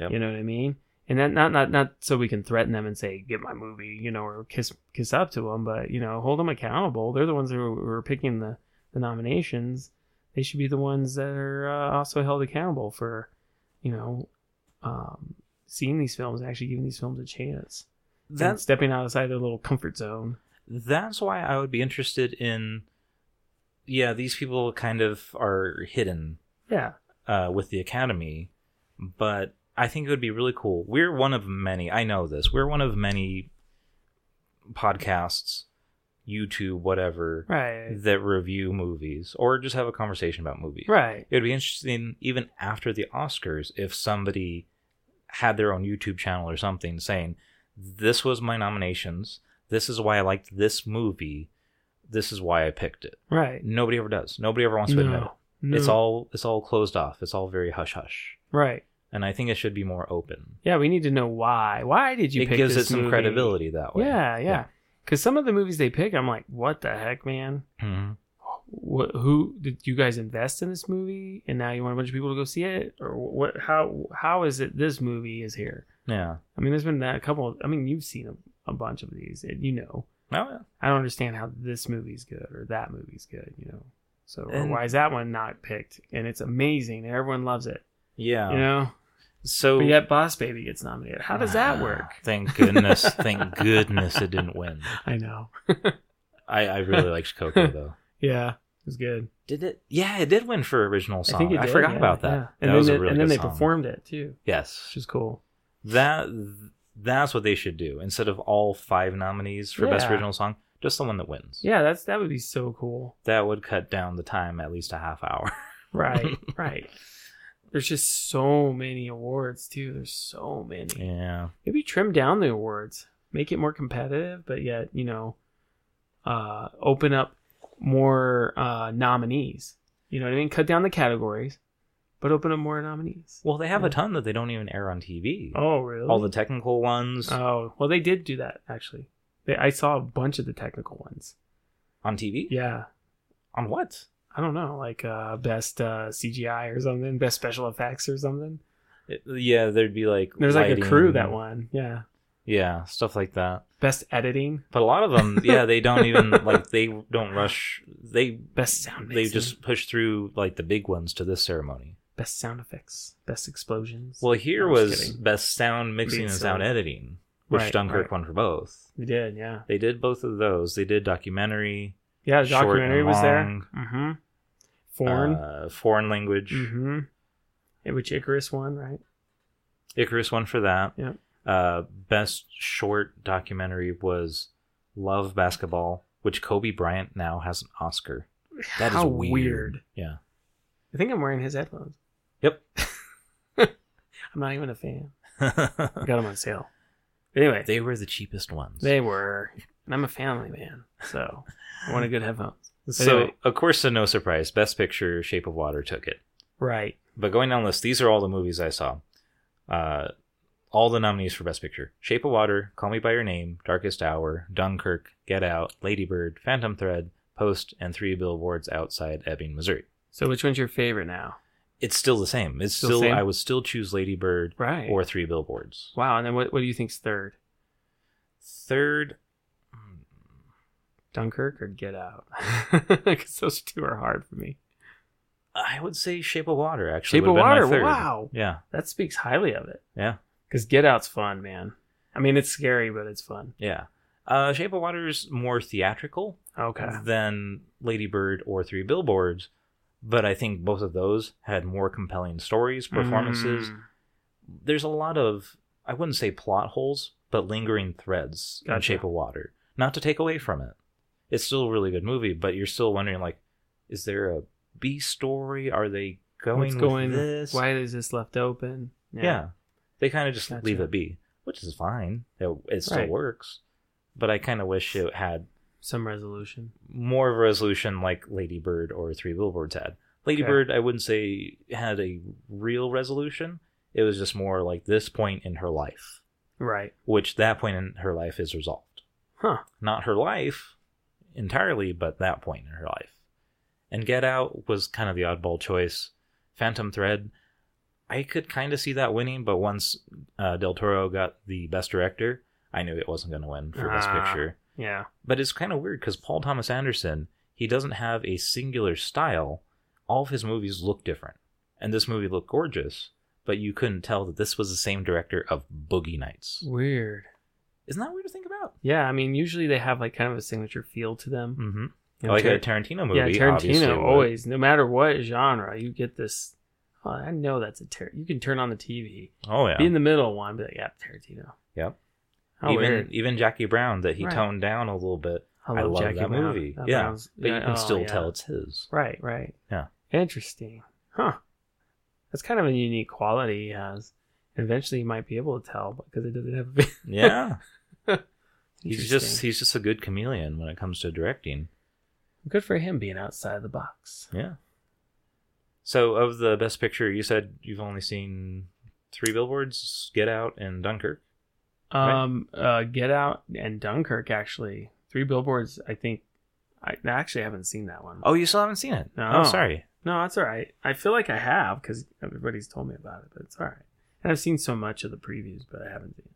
B: Yep.
A: You know what I mean? And that not not not so we can threaten them and say get my movie, you know, or kiss kiss up to them, but you know, hold them accountable. They're the ones who are, who are picking the the nominations. They should be the ones that are uh, also held accountable for, you know, um, seeing these films, actually giving these films a chance, and
B: That's
A: stepping outside their little comfort zone.
B: that's why I would be interested in. Yeah, these people kind of are hidden
A: Yeah,
B: uh, with the academy, but I think it would be really cool. We're one of many. I know this. We're one of many podcasts, YouTube, whatever,
A: right,
B: that review movies or just have a conversation about movies.
A: right,
B: It would be interesting, even after the Oscars, if somebody had their own YouTube channel or something saying, This was my nominations. This is why I liked this movie. This is why I picked it.
A: right.
B: Nobody ever does. Nobody ever wants to admit it.
A: No.
B: It's all it's all closed off. It's all very hush hush.
A: right.
B: And I think it should be more open.
A: Yeah, we need to know why. Why did you?
B: it
A: pick
B: gives
A: this
B: it some
A: movie?
B: credibility that way.
A: Yeah, yeah.
B: Yeah.
A: Because some of the movies they pick, I'm like, what the heck, man?
B: Mhm.
A: What? Who did you guys invest in this movie? And now you want a bunch of people to go see it, or what? How? How is it this movie is here?
B: Yeah. Oh,
A: I mean, there's been that a couple. I mean, you've seen a, a bunch of these, and you know,
B: Oh, yeah.
A: I don't understand how this movie's good or that movie's good. You know, so or
B: And-
A: why is that one not picked? And it's amazing, and everyone loves it.
B: Yeah.
A: You know,
B: So Ah,
A: but yet Boss Baby gets nominated. How does that work?
B: Thank goodness. thank goodness it didn't win.
A: I know.
B: I, I really liked Coco though.
A: Yeah, it was good.
B: Did it? Yeah, it did win for original song. I,
A: it did,
B: forgot
A: yeah,
B: about that.
A: yeah.
B: That
A: And then,
B: was
A: they-
B: a really
A: and then
B: good
A: they
B: song.
A: performed it too, which
B: Yes,
A: is cool.
B: that that's what they should do instead of all five nominees for best
A: Yeah.
B: original song, just the one that wins.
A: Yeah, that's that would be so cool.
B: That would cut down the time at least a half hour.
A: Right, right. There's just so many awards too. There's so many.
B: yeah,
A: Maybe trim down the awards, make it more competitive, but yet you know, uh, open up more uh, nominees. You know what I mean? Cut down the categories, but open up more nominees.
B: well, they have
A: Yeah.
B: a ton that they don't even air on TV.
A: Oh, really?
B: All the technical ones
A: Oh, well, they did do that actually. They, I saw a bunch of the technical ones.
B: on TV.
A: Yeah,
B: On what?
A: I don't know, like uh, best uh, CGI or something, best special effects or something.
B: It- yeah, there'd be like
A: There's like a crew
B: lighting,
A: that won. Yeah,
B: Yeah, stuff like that.
A: best editing,
B: But a lot of them, yeah, they don't even like they don't rush. They
A: best sound.
B: they
A: mixing,
B: just push through like the big ones to this ceremony.
A: best sound effects, best explosions.
B: Well, here
A: I was
B: was,
A: kidding.
B: best sound mixing
A: Beats
B: and sound
A: sound.
B: editing, which
A: Right, right.
B: Dunkirk won for both.
A: they did. Yeah,
B: They did both of those. They did documentary,
A: yeah. The
B: Short and
A: documentary was there.
B: long.
A: Mm-hmm. Foreign.
B: uh, foreign language.
A: mm-hmm. Which Icarus won, right?
B: Icarus won for that.
A: Yep.
B: Uh, best short documentary was Love Basketball, which Kobe Bryant now has an Oscar. That is
A: How
B: weird.
A: weird.
B: Yeah.
A: I think I'm wearing his headphones.
B: Yep.
A: I'm not even a fan. I got them on sale. anyway,
B: they were the cheapest ones.
A: They were. And I'm a family man, so I want a good headphones.
B: so,
A: Anyway.
B: of course, to no surprise, Best Picture, Shape of Water took it.
A: Right.
B: But going down the list, these are all the movies I saw. Uh, all the nominees for Best Picture Shape of Water, Call Me By Your Name, Darkest Hour, Dunkirk, Get Out, Ladybird, Phantom Thread, Post, and Three Billboards Outside Ebbing, Missouri.
A: So which one's your favorite now?
B: It's still the same. It's
A: Still
B: still,
A: same?
B: I would still choose Ladybird
A: Right.
B: or Three Billboards.
A: wow. And then what, what do you think's third?
B: Third, hmm,
A: Dunkirk or Get Out? Because those two are hard for me.
B: I would say Shape of Water actually.
A: Shape of
B: would've been my
A: Water.
B: third.
A: Wow,
B: Yeah.
A: that speaks highly of it.
B: Yeah.
A: Because Get Out's fun, man. I mean, it's scary, but it's fun.
B: Yeah. Uh, Shape of Water is more theatrical
A: Okay.
B: Mm. than Lady Bird or Three Billboards, but I think both of those had more compelling stories, performances.
A: Mm.
B: There's a lot of I wouldn't say plot holes, but lingering threads in
A: Gotcha.
B: Shape of Water. Not to take away from it, it's still a really good movie, but you're still wondering like, is there a B story? Are they going
A: What's
B: with
A: going?
B: this?
A: Why is this left open?
B: Yeah. They kind of just leave
A: Gotcha.
B: it be, which is fine. It, it still
A: Right.
B: works. But I kind of wish it had
A: Some resolution.
B: more of a resolution like Lady Bird or Three Billboards had. Lady
A: Okay.
B: Bird, I wouldn't say had a real resolution. It was just more like this point in her life,
A: Right.
B: which that point in her life is resolved.
A: Huh.
B: Not her life entirely, but that point in her life. And Get Out was kind of the oddball choice. Phantom Thread, I could kind of see that winning, but once uh, Del Toro got the best director, I knew it wasn't going to win for best
A: Ah.
B: picture.
A: Yeah.
B: But it's kind of weird because Paul Thomas Anderson, he doesn't have a singular style. All of his movies look different. And this movie looked gorgeous, but you couldn't tell that this was the same director of Boogie Nights.
A: Weird.
B: Isn't that weird to think about?
A: Yeah. I mean, usually they have like kind of a signature feel to them.
B: Mm-hmm.
A: You know,
B: like
A: Tar-
B: a Tarantino movie.
A: yeah,
B: obviously,
A: Tarantino
B: would.
A: always, no matter what genre, you get this. Oh, I know that's a ter- You can turn on the TV,
B: Oh, yeah.
A: be in the middle one, be like, yeah, Tarantino.
B: Yep.
A: How
B: even
A: weird.
B: even Jackie Brown that he
A: Right.
B: toned down a little bit, I
A: love
B: love that
A: Brown.
B: movie.
A: That
B: Yeah,
A: Brown's-
B: but you
A: yeah,
B: can
A: oh,
B: still
A: yeah.
B: tell it's his.
A: Right, right.
B: Yeah.
A: Interesting. Huh. That's kind of a unique quality he has. Eventually, you might be able to tell because it doesn't have.
B: Yeah, he's just
A: Interesting.
B: he's just a good chameleon when it comes to directing.
A: good for him being outside the box.
B: Yeah. So of the best picture, you said you've only seen three billboards, Get Out, and Dunkirk. Right.
A: Um, uh, Get Out and Dunkirk actually three billboards. I think I I actually haven't seen that one.
B: Oh, you still haven't seen it.
A: No.
B: Oh, sorry.
A: No, that's all right. I feel like I have because everybody's told me about it, but it's all right. And I've seen so much of the previews, but I haven't seen.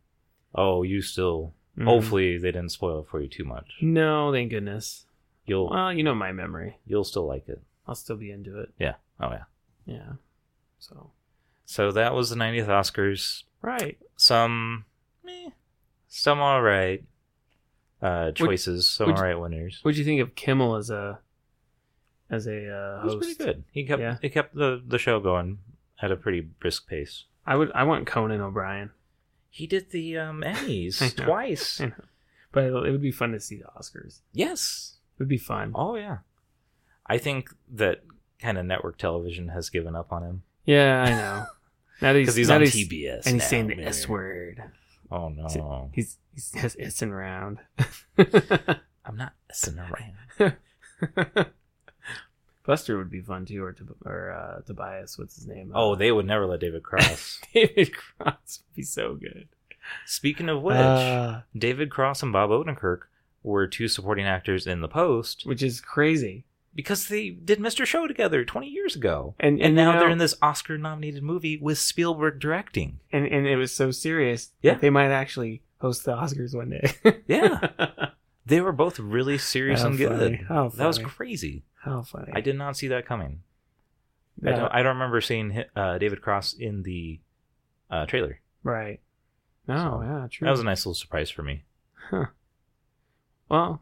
B: Oh, you still.
A: It. Mm.
B: Hopefully, they didn't spoil it for you too much.
A: No, thank goodness.
B: You'll
A: Well, you know my memory.
B: you'll still like it.
A: I'll still be into it.
B: Yeah. Oh yeah.
A: Yeah. So
B: So that was the 90th Oscars.
A: right.
B: Some, meh, some all right uh, choices. some
A: would-
B: all right winners.
A: What do you think of Kimmel as a as a uh,
B: It was
A: host?
B: pretty good. He kept
A: Yeah.
B: he kept the the show going at a pretty brisk pace.
A: I would. I want Conan O'Brien,
B: He did the um,
A: I
B: Emmys
A: know.
B: twice.
A: I know. but it would be fun to see the Oscars.
B: Yes.
A: It would be fun.
B: Oh yeah. I think that kind of network television has given up on him
A: Yeah, I know. Now that he's,
B: because he's
A: now
B: on
A: that he's-
B: TBS
A: and he's
B: now,
A: saying the
B: man.
A: S word.
B: Oh no,
A: He's he's just S'ing around.
B: I'm not sitting around.
A: Buster would be fun too, or Tob- or uh, Tobias. What's his name?
B: Oh,
A: Uh,
B: they would never let David Cross.
A: David Cross would be so good.
B: Speaking of which,
A: Uh,
B: David Cross and Bob Odenkirk were two supporting actors in The Post
A: which is crazy.
B: because they did Mr. Show together 20 years ago.
A: And
B: And now they're in
A: the
B: this Oscar-nominated movie with Spielberg directing.
A: and, and it was so serious.
B: Yeah.
A: that they might actually host the Oscars one day.
B: Yeah, they were both really serious
A: How
B: and
A: funny.
B: good.
A: How
B: That was
A: funny.
B: crazy.
A: How funny!
B: I did not see that coming. I
A: Yeah,
B: don't. I don't remember seeing hi- uh, David Cross in the uh, trailer.
A: right. No,
B: So,
A: yeah, true.
B: That was a nice little surprise for me.
A: Huh. Well,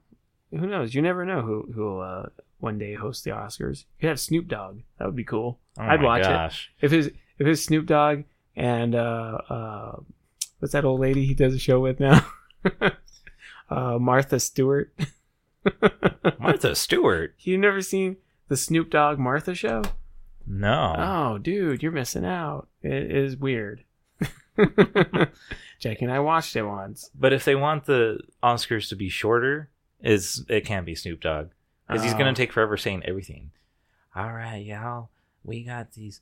A: who knows? You never know who who'll uh, one day host the Oscars. You could have Snoop Dogg. That would be cool.
B: Oh
A: I'd
B: my
A: watch it.
B: gosh.
A: If his if his Snoop Dogg and uh, uh, what's that old lady he does a show with now? uh, Martha Stewart.
B: Martha Stewart.
A: you never seen the Snoop Dogg Martha show?
B: No.
A: Oh, dude, you're missing out. It is weird. Jake and I watched it once
B: But if they want the Oscars to be shorter, is it can't be Snoop Dogg because he's
A: Oh.
B: gonna take forever saying everything. All right, y'all. We got these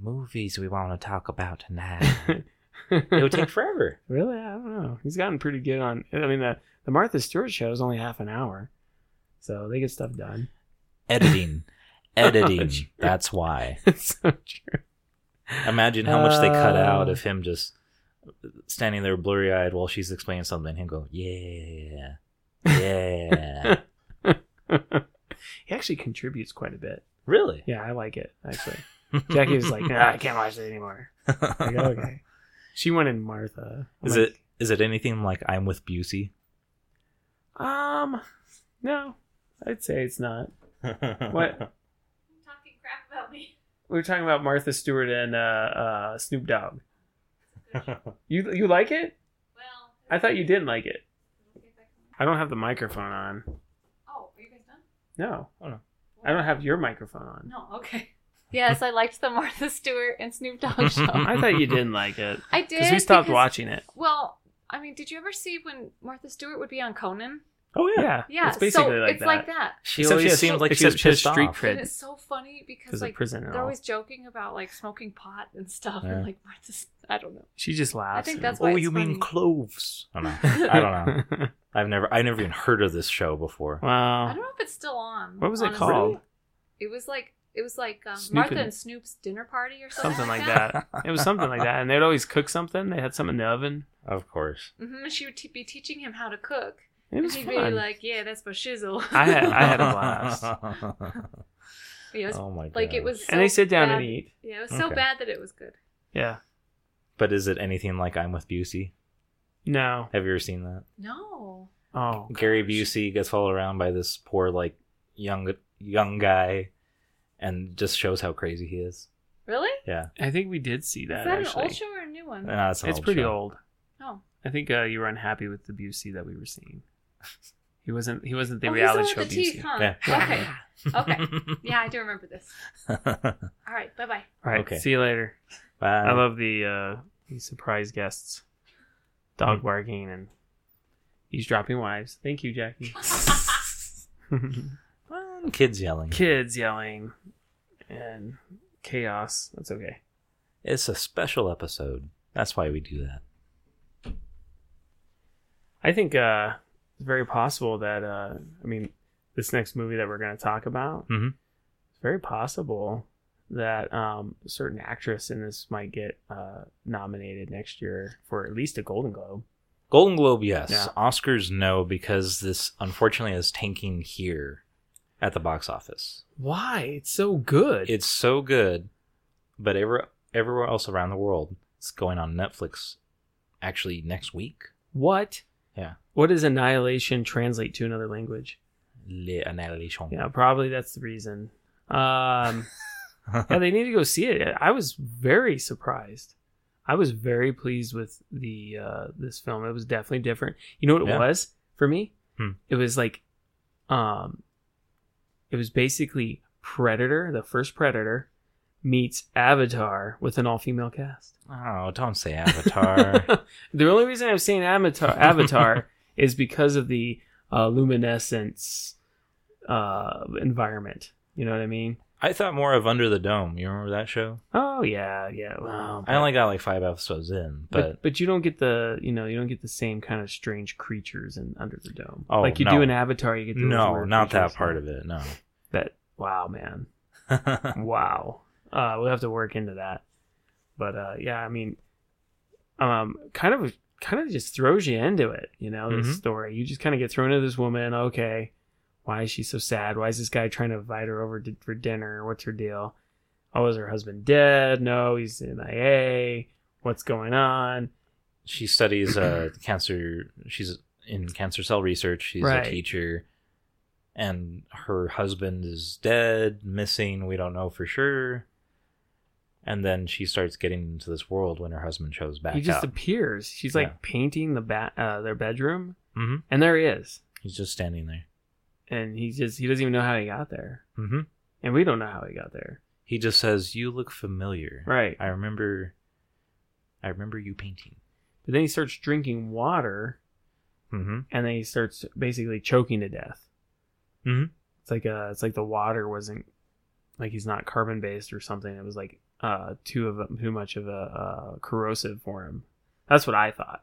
B: movies we want to talk about tonight. it would take forever.
A: Really? I don't know. He's gotten pretty good on. I mean, the, the Martha Stewart show is only half an hour, so they get stuff done.
B: Editing. Editing.
A: Sure.
B: That's why.
A: It's so true.
B: Imagine how much they cut
A: Uh,
B: out of him just standing there blurry eyed while she's explaining something. Him go, yeah, yeah.
A: he actually contributes quite a bit.
B: Really?
A: Yeah, I like it actually. Jackie was like,
B: "Ah,
A: nah, I can't watch it anymore. Like, okay. She went in Martha. I'm
B: Is
A: like,
B: it is it anything like I'm with Busey?
A: Um, no, I'd say it's not. What?
C: talking crap about me.
A: We were talking about Martha Stewart and uh, uh, Snoop Dogg. You you like it?
C: Well,
A: I thought you didn't like it.
C: Okay, back on.
A: I don't have the microphone on.
C: Oh, are you guys done?
A: No, I don't have your microphone on.
C: No, okay. Yes, I liked the Martha Stewart and Snoop Dogg show.
A: I thought you didn't like it
C: I did.
A: because we stopped
C: because-
A: watching it.
C: Well, I mean, did you ever see when Martha Stewart would be on Conan?
A: Oh yeah, yeah.
C: Yeah,
A: it's basically
C: so
A: like
C: it's
A: that.
C: like that.
B: She
A: Except
B: always
A: she has-
B: seems like
A: except
B: she's
A: she has
B: pissed
A: street
B: off.
C: And
A: cred
C: it's so funny because
A: because
C: like
A: of prison and
C: they're
A: all.
C: always joking about like smoking pot and stuff,
B: Yeah.
C: and like Martha. St- I don't know.
A: She just laughs.
C: think
A: and-
C: that's why
B: Oh,
C: it's
B: you mean
C: funny.
B: cloves?
A: Oh,
B: I don't know. I don't know. I've never I've never even heard of this show before.
C: I
A: wow.
C: don't know if it's still on.
A: Oh. What was it
C: honestly.
A: called?
C: It was like it was like um,
A: Snoop
C: Martha
A: and-
C: and Snoop's dinner party or something,
A: Something like that. It was something like that, and they'd always cook something. They had something in the oven.
B: Of course.
C: hmm she would t- be teaching him how to cook.
A: It was
C: and he'd
A: fun.
C: be like, "Yeah, that's for shizzle."
A: I had I had a blast.
C: yeah, it was,
B: oh my god.
C: like it was.
A: and they
C: so
A: sit down
C: bad.
A: and eat.
C: Yeah, it was so
B: Okay.
C: bad that it was good.
A: Yeah.
B: But is it anything like I'm with Busey?
A: No.
B: Have you ever seen that?
C: No.
A: Oh.
B: Gary
A: gosh.
B: Busey gets followed around by this poor like young young guy and just shows how crazy he is.
C: Really?
B: Yeah.
A: I think we did see
C: Is
A: that,
C: that an
A: actually.
C: old show or a new one?
B: No, it's an
A: it's
B: old
A: pretty
B: show.
A: old.
C: oh.
A: I think uh, you were unhappy with the Busey that we were seeing. He wasn't. He wasn't the
C: oh, he's
A: reality
C: the
A: show
C: one with the
A: Busey.
C: teeth, huh?
B: Yeah.
C: Okay. Okay. Yeah, I do remember this. All right. Bye bye.
A: All right.
B: Okay.
A: See you later.
B: Bye.
A: I love the uh, these surprise guests, dog barking and eavesdropping wives. Thank you, Jackie.
B: Well, um, kids yelling.
A: Kids yelling and chaos. That's okay.
B: It's a special episode. That's why we do that.
A: I think uh, it's very possible that uh, I mean this next movie that we're going to talk about.
B: Mhm.
A: It's very possible that um, a certain actress in this might get uh, nominated next year for at least a Golden Globe.
B: Golden Globe, yes.
A: Yeah.
B: Oscars, no, because this unfortunately is tanking here at the box office.
A: Why? It's so good.
B: It's so good, but every, everywhere else around the world, it's going on Netflix actually next week.
A: what?
B: Yeah.
A: What does annihilation translate to another language?
B: Le Annihilation.
A: Yeah, probably that's the reason. Um, yeah, they need to go see it. I was very surprised. I was very pleased with the uh, this film. It was definitely different. You know what it
B: Yeah.
A: was for me?
B: Hmm.
A: It was like, um, it was basically Predator, the first Predator, meets Avatar with an all female cast.
B: Oh, don't say Avatar.
A: the only reason I'm saying Avatar Avatar is because of the uh, luminescence uh, environment. You know what I mean?
B: I thought more of Under the Dome. You remember that show?
A: Oh yeah, yeah. Wow.
B: I only got like five episodes in, but,
A: Oh, but you don't get the you know you don't get the same kind of strange creatures in Under the Dome.
B: Oh,
A: like you
B: no.
A: do in Avatar, you get those
B: no,
A: weird
B: not that
A: creatures.
B: part of it. No.
A: That wow, man, wow. Uh, we'll have to work into that. But uh, yeah, I mean, um, kind of kind of just throws you into it. You know,
B: Mhm.
A: this story. You just kind of get thrown into this woman. Okay, why is she so sad? Why is this guy trying to invite her over to, for dinner? What's her deal? Oh, is her husband dead? No, he's MIA. What's going on?
B: she studies uh cancer she's in cancer cell research she's
A: Right.
B: a teacher and her husband is dead missing we don't know for sure and then she starts getting into this world when her husband shows back
A: he just
B: up
A: appears. She's
B: Yeah.
A: like painting the ba- uh, their bedroom,
B: hmm
A: and there he is.
B: he's just standing there
A: And he just he doesn't even know how he got there,
B: hmm
A: and we don't know how he got there.
B: he just says you look familiar
A: Right.
B: i remember i remember you painting
A: But then he starts drinking water,
B: mm-hmm.
A: and then he starts basically choking to death.
B: Mhm.
A: It's like uh, it's like the water wasn't like he's not carbon based or something. It was like uh, too of a, too much of a uh, corrosive for him. That's what I thought.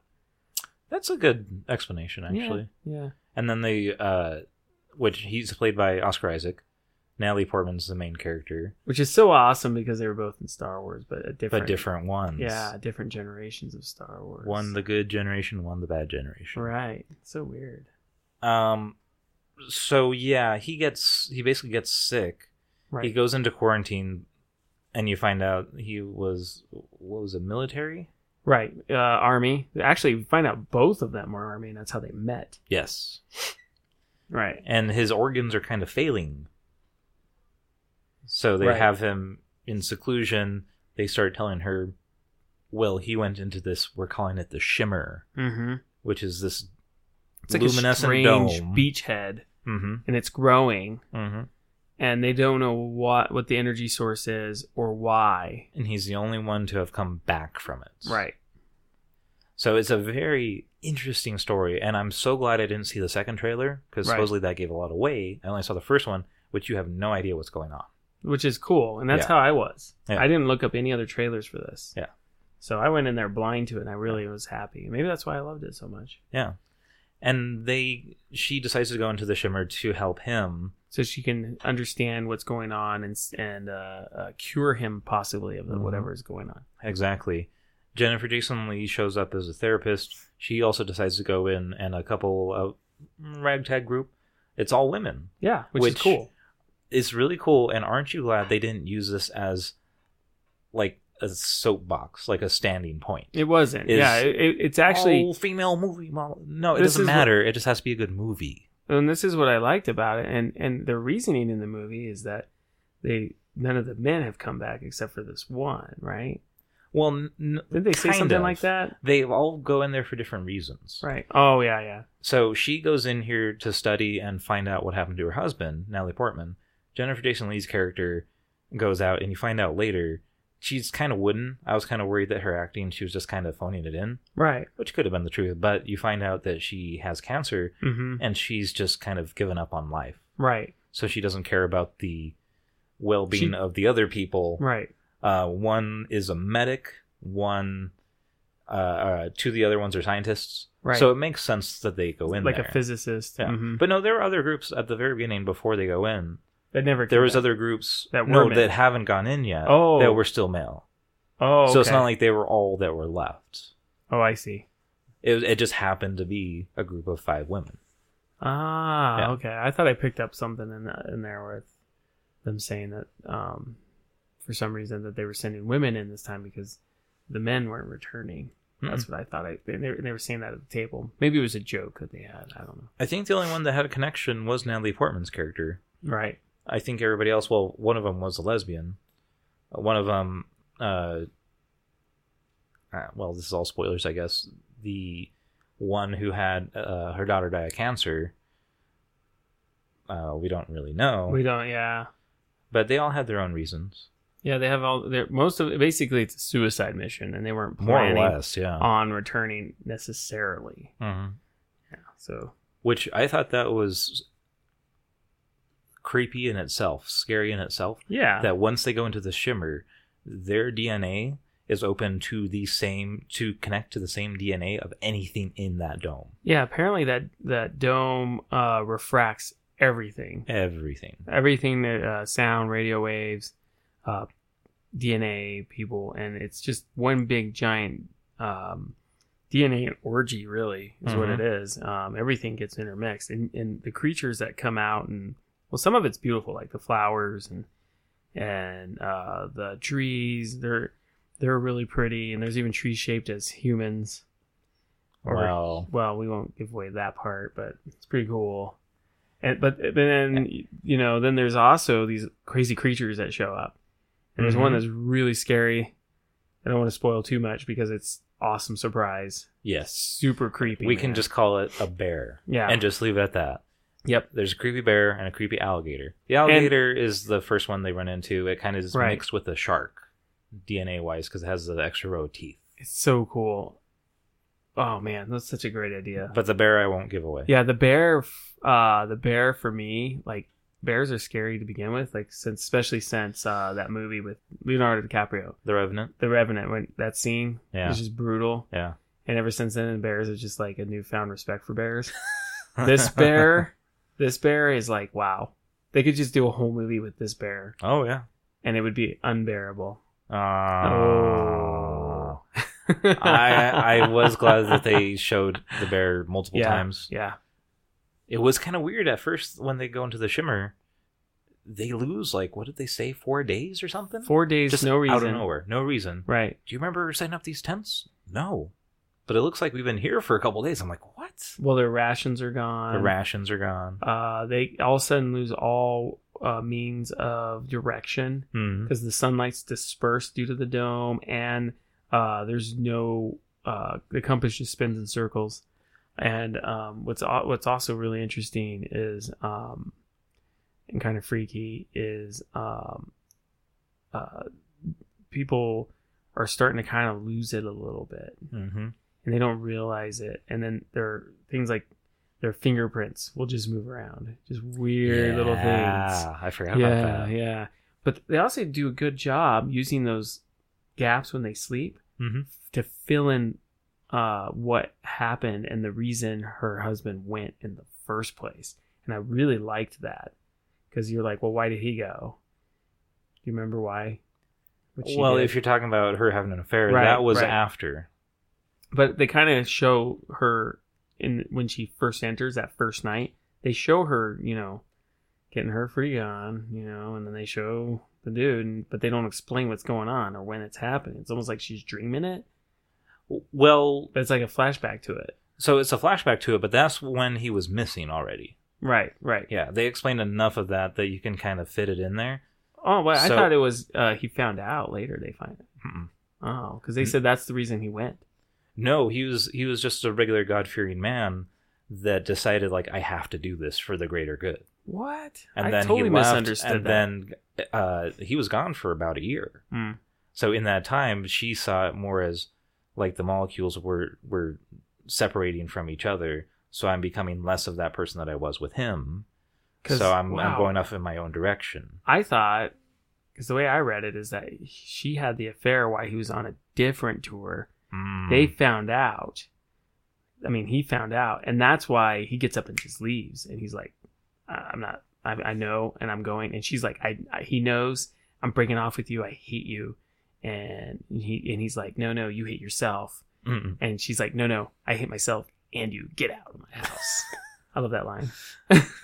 B: that's a good explanation actually
A: Yeah.
B: And then they, uh, which he's played by Oscar Isaac. Natalie Portman's the main character,
A: Which is so awesome because they were both in Star Wars, but a different,
B: but different ones.
A: yeah, different generations of Star Wars.
B: One the good generation, one the bad generation.
A: Right. It's so weird.
B: Um, so yeah, he gets he basically gets sick.
A: Right.
B: He goes into quarantine, and you find out he was what was it military?
A: Right. Uh, army. Actually, we find out both of them were army, and that's how they met.
B: Yes,
A: Right.
B: and his organs are kind of failing. So they
A: Right.
B: have him in seclusion. They start telling her, "Well, he went into this. We're calling it the Shimmer,
A: Mm-hmm.
B: which is this
A: It's like a
B: luminescent
A: strange
B: dome."
A: beachhead,
B: hmm
A: and it's growing,
B: hmm
A: and they don't know what what the energy source is or why.
B: And he's the only one to have come back from it.
A: Right.
B: So it's a very interesting story, and I'm so glad I didn't see the second trailer because
A: Right.
B: supposedly that gave a lot away. I only saw the first one, which you have no idea what's going on.
A: Which is cool, and that's
B: Yeah.
A: how I was.
B: Yeah.
A: I didn't look up any other trailers for this.
B: Yeah.
A: So I went in there blind to it, and I really was happy. Maybe that's why I loved it so much.
B: Yeah, and they she decides to go into the shimmer to help him.
A: So she can understand what's going on and s- and uh, uh, cure him possibly of the,
B: Mhm.
A: whatever is going on.
B: Exactly. Jennifer Jason Lee shows up as a therapist. She also decides to go in, and a couple of ragtag group. It's all women.
A: Yeah, which,
B: Which-
A: is cool.
B: It's really cool, and aren't you glad they didn't use this as like a soapbox, like a standing point?
A: It wasn't.
B: is-
A: yeah, it, it- it's actually
B: all female movie model. No, it
A: This
B: doesn't
A: is what-
B: matter. It just has to be a good movie.
A: and this is what I liked about it, and and the reasoning in the movie is that they none of the men have come back except for this one, right?
B: Well, n- n-
A: Did they say
B: Kind
A: something
B: of.
A: like that?
B: they all go in there for different reasons.
A: Right. Oh yeah, yeah.
B: So she goes in here to study and find out what happened to her husband, Natalie Portman. Jennifer Jason Lee's character goes out, and you find out later she's kind of wooden. I was kind of worried that her acting, she was just kind of phoning it in,
A: Right.
B: which could have been the truth. But you find out that she has cancer,
A: hmm
B: and she's just kind of given up on life.
A: Right.
B: So she doesn't care about the well-being
A: She-
B: of the other people.
A: Right.
B: Uh, one is a medic. One, uh, uh, two of the other ones are scientists.
A: Right.
B: So it makes sense that they go in
A: like
B: there.
A: a physicist.
B: Yeah.
A: Mhm.
B: But no, there are other groups at the very beginning before they go in.
A: That never.
B: There
A: came
B: was
A: back.
B: other groups
A: That were
B: no
A: men.
B: that haven't gone in yet.
A: Oh.
B: that were still male.
A: Oh.
B: So it's
A: okay.
B: not like they were all that were left.
A: Oh, I see.
B: It, it just happened to be a group of five women.
A: Ah.
B: Yeah.
A: Okay. I thought I picked up something in the, in there with them saying that um, for some reason that they were sending women in this time because the men weren't returning. That's what I thought. I they, they they were saying that at the table. Maybe it was a joke that they had. I don't know.
B: I think the only one that had a connection was Natalie Portman's character.
A: Right.
B: I think everybody else. Well, one of them was a lesbian. One of them, uh, uh, well, this is all spoilers, I guess. The one who had uh, her daughter die of cancer. Uh, we don't really know,
A: We don't. Yeah.
B: but they all had their own reasons,
A: Yeah. They have all. They're, most of basically it's a suicide mission, and they weren't
B: more or
A: planning Uh,
B: less. Yeah.
A: on returning necessarily.
B: hmm
A: Yeah. So
B: Which I thought that was creepy in itself, scary in itself.
A: yeah.
B: that once they go into the shimmer, their DNA is open to the same to connect to the same DNA of anything in that dome.
A: yeah. Apparently that that dome uh, refracts everything.
B: Everything.
A: Everything that uh, sound, radio waves, uh, DNA, people, and it's just one big giant um, DNA orgy. Really, is what
B: Mhm.
A: it is. Um, everything gets intermixed, and, and the creatures that come out, and well, some of it's beautiful, like the flowers and and uh, the trees. They're they're really pretty, and there's even trees shaped as humans. Or-
B: Well,
A: Well, we won't give away that part, but it's pretty cool. And but but then you know, then there's also these crazy creatures that show up. And there's one
B: Mhm.
A: that's really scary. I don't want to spoil too much because it's awesome surprise.
B: yes.
A: Super creepy.
B: We can
A: man.
B: just call it a bear
A: yeah.
B: and just leave it at that.
A: Yep.
B: There's a creepy bear and a creepy alligator. The alligator is the first one they run into. It kind of is
A: Right.
B: mixed with a shark DNA wise because it has the extra row of teeth.
A: it's so cool. Oh man, that's such a great idea.
B: But the bear I won't give away.
A: Yeah, the bear f- uh the bear for me, like bears are scary to begin with, like since especially since uh that movie with Leonardo DiCaprio.
B: The Revenant.
A: the Revenant when that scene
B: Yeah.
A: was just brutal.
B: Yeah.
A: And ever since then, bears is just like a newfound respect for bears. this bear, this bear is like wow. They could just do a whole movie with this bear,
B: oh yeah.
A: and it would be unbearable.
B: Oh. I I was glad that they showed the bear multiple times.
A: yeah.
B: It was kind of weird at first when they go into the shimmer. They lose like what did they say? Four days or something?
A: Four days,
B: Just
A: no reason.
B: out of nowhere, no reason.
A: Right.
B: Do you remember setting up these tents? No, but it looks like we've been here for a couple days. I'm like, what?
A: Well, their rations are gone.
B: the rations are gone.
A: uh, they all of a sudden lose all uh, means of direction
B: Hmm.
A: because the sunlight's dispersed due to the dome, and uh, there's no uh, the compass just spins in circles. And um, what's al- what's also really interesting is um, and kind of freaky is um, uh, people are starting to kind of lose it a little bit
B: Mm-hmm.
A: and they don't realize it. And then there are things like their fingerprints will just move around, just weird little things.
B: I forgot
A: Yeah,
B: about that.
A: yeah. But they also do a good job using those gaps when they sleep
B: Mhm.
A: to fill in uh, what happened and the reason her husband went in the first place. And I really liked that because you're like, well, why did he go? Do you remember why? What she
B: Well,
A: did?
B: if you're talking about her having an affair,
A: Right,
B: that was
A: right.
B: after.
A: but they kind of show her in when she first enters that first night. They show her, you know, getting her free on, you know, and then they show the dude, and, but they don't explain what's going on or when it's happening. It's almost like she's dreaming it,
B: Well,
A: but it's like a flashback to it.
B: so it's a flashback to it, but that's when he was missing already.
A: Right, right.
B: Yeah, they explained enough of that that you can kind of fit it in there.
A: Oh, well, I
B: So-
A: thought it was uh, he found out later. They find it.
B: Mm-mm.
A: Oh, because they
B: Mm-hmm.
A: said that's the reason he went.
B: No, he was he was just a regular God fearing man that decided like I have to do this for the greater good,
A: What?
B: and
A: I
B: then
A: totally
B: he left,
A: misunderstood
B: and
A: that.
B: then uh, he was gone for about a year.
A: Hmm.
B: So in that time, she saw it more as like the molecules were were separating from each other. So I'm becoming less of that person that I was with him.
A: 'Cause-
B: So I'm I'm
A: wow.
B: going off in my own direction.
A: I thought, because the way I read it is that she had the affair while he was on a different tour. They found out. I mean, he found out, and that's why he gets up and just leaves. And he's like, I- "I'm not. I, I know, and I'm going." And she's like, I, I- He knows. I'm breaking off with you. I hate you." And he and he's like, "No, no, you hate yourself."
B: Mm-mm.
A: And she's like, "No, no, I hate myself and you. Get out of my house." I love that line.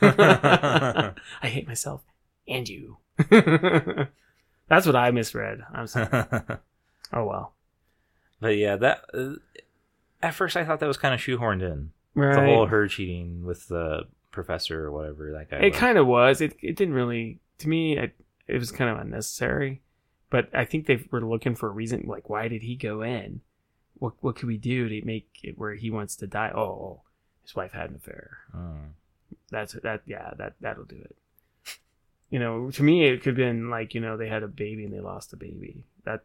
A: I hate myself and you. that's what I misread. I'm sorry. Oh well.
B: but yeah, that uh, at first I thought that was kind of shoehorned in
A: Right.
B: the whole her cheating with the professor or whatever that guy.
A: It
B: was.
A: kind of was. It it didn't really to me. It, it was kind of unnecessary, but I think they were looking for a reason. Like, why did he go in? What what could we do to make it where he wants to die? Oh, his wife had an affair.
B: Mm.
A: That's that. Yeah, that that'll do it. You know, to me, it could have been like you know they had a baby and they lost the baby. That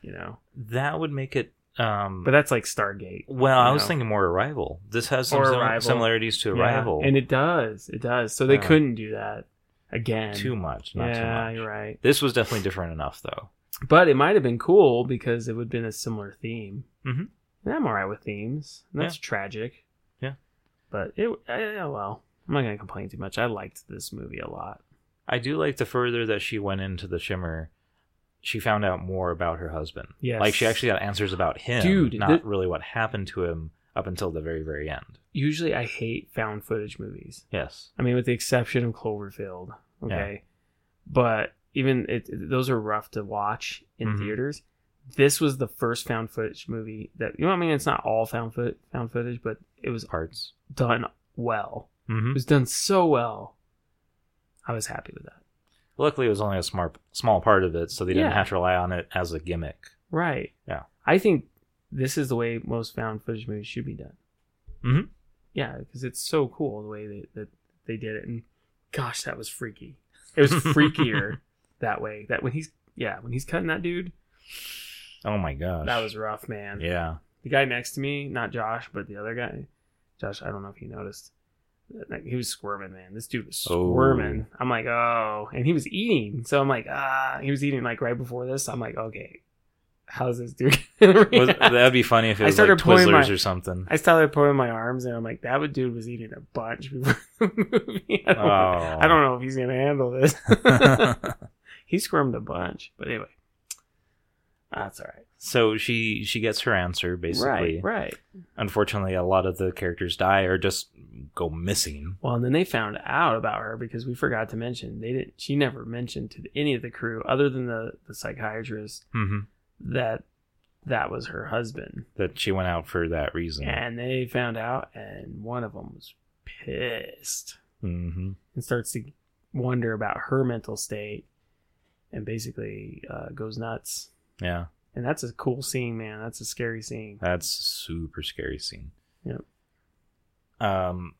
A: you know,
B: that would make it. Um,
A: but that's like Stargate.
B: well, I
A: you
B: was
A: know.
B: thinking more Arrival. This has
A: Or
B: some sim-
A: Arrival.
B: similarities to
A: Yeah,
B: Arrival.
A: and it does, it does. So they
B: Yeah.
A: couldn't do that again.
B: too much, not too
A: yeah,
B: much.
A: you're right.
B: This was definitely different enough, though.
A: But it might have been cool because it would have been a similar theme.
B: Mhm.
A: And I'm all right with themes. And that's tragic.
B: Yeah.
A: But it, eh, well, I'm not going to complain too much. I liked this movie a lot.
B: I do like the further that she went into the shimmer. She found out more about her husband.
A: Yes.
B: Like she actually got answers about him,
A: Dude,
B: not
A: th-
B: really what happened to him up until the very, very end.
A: Usually I hate found footage movies.
B: Yes.
A: I mean, with the exception of Cloverfield. Okay. But even it, it- those are rough to watch in
B: Mhm.
A: theaters. This was the first found footage movie that, you know what I mean? It's not all found, foot, found footage, but it was
B: Parts.
A: done well. It
B: Mm-hmm.
A: was done so well. I was happy with that.
B: Luckily, it was only a smart, small part of it, so they didn't
A: Yeah.
B: have to rely on it as a gimmick.
A: Right.
B: Yeah.
A: I think this is the way most found footage movies should be done. Mm-hmm.
B: Mhm.
A: Yeah, because it's so cool the way that, that they did it, and gosh, that was freaky. It was freakier that way. That when he's yeah when he's cutting that dude,
B: Oh my gosh.
A: that was rough, man.
B: Yeah.
A: The guy next to me, not Josh, but the other guy, Josh. I don't know if he noticed. Like, he was squirming, man. This dude was
B: Oh.
A: squirming. I'm like, oh, and he was eating. So I'm like, ah, he was eating like right before this. I'm like, okay, how's this dude? gonna
B: Was-
A: react?
B: That'd be funny if it
A: I
B: was like
A: started pulling
B: Twizzlers
A: my-
B: or something.
A: I started pulling my arms and I'm like, that would dude was eating a bunch before the movie. I don't,
B: Oh.
A: I don't know if he's gonna handle this. he squirmed a bunch, but anyway, that's all right.
B: So she she gets her answer
A: Right,
B: basically.
A: right.
B: Unfortunately, a lot of the characters die or just go missing.
A: Well, and then they found out about her because we forgot to mention they didn't. She never mentioned to any of the crew other than the the psychiatrist
B: hmm
A: that that was her husband.
B: That she went out for that reason.
A: And they found out, and one of them was pissed
B: hmm
A: and starts to wonder about her mental state, and basically uh, goes nuts.
B: Yeah,
A: And that's a cool scene, man. That's a scary scene.
B: that's a super scary scene.
A: Yep.
B: Um.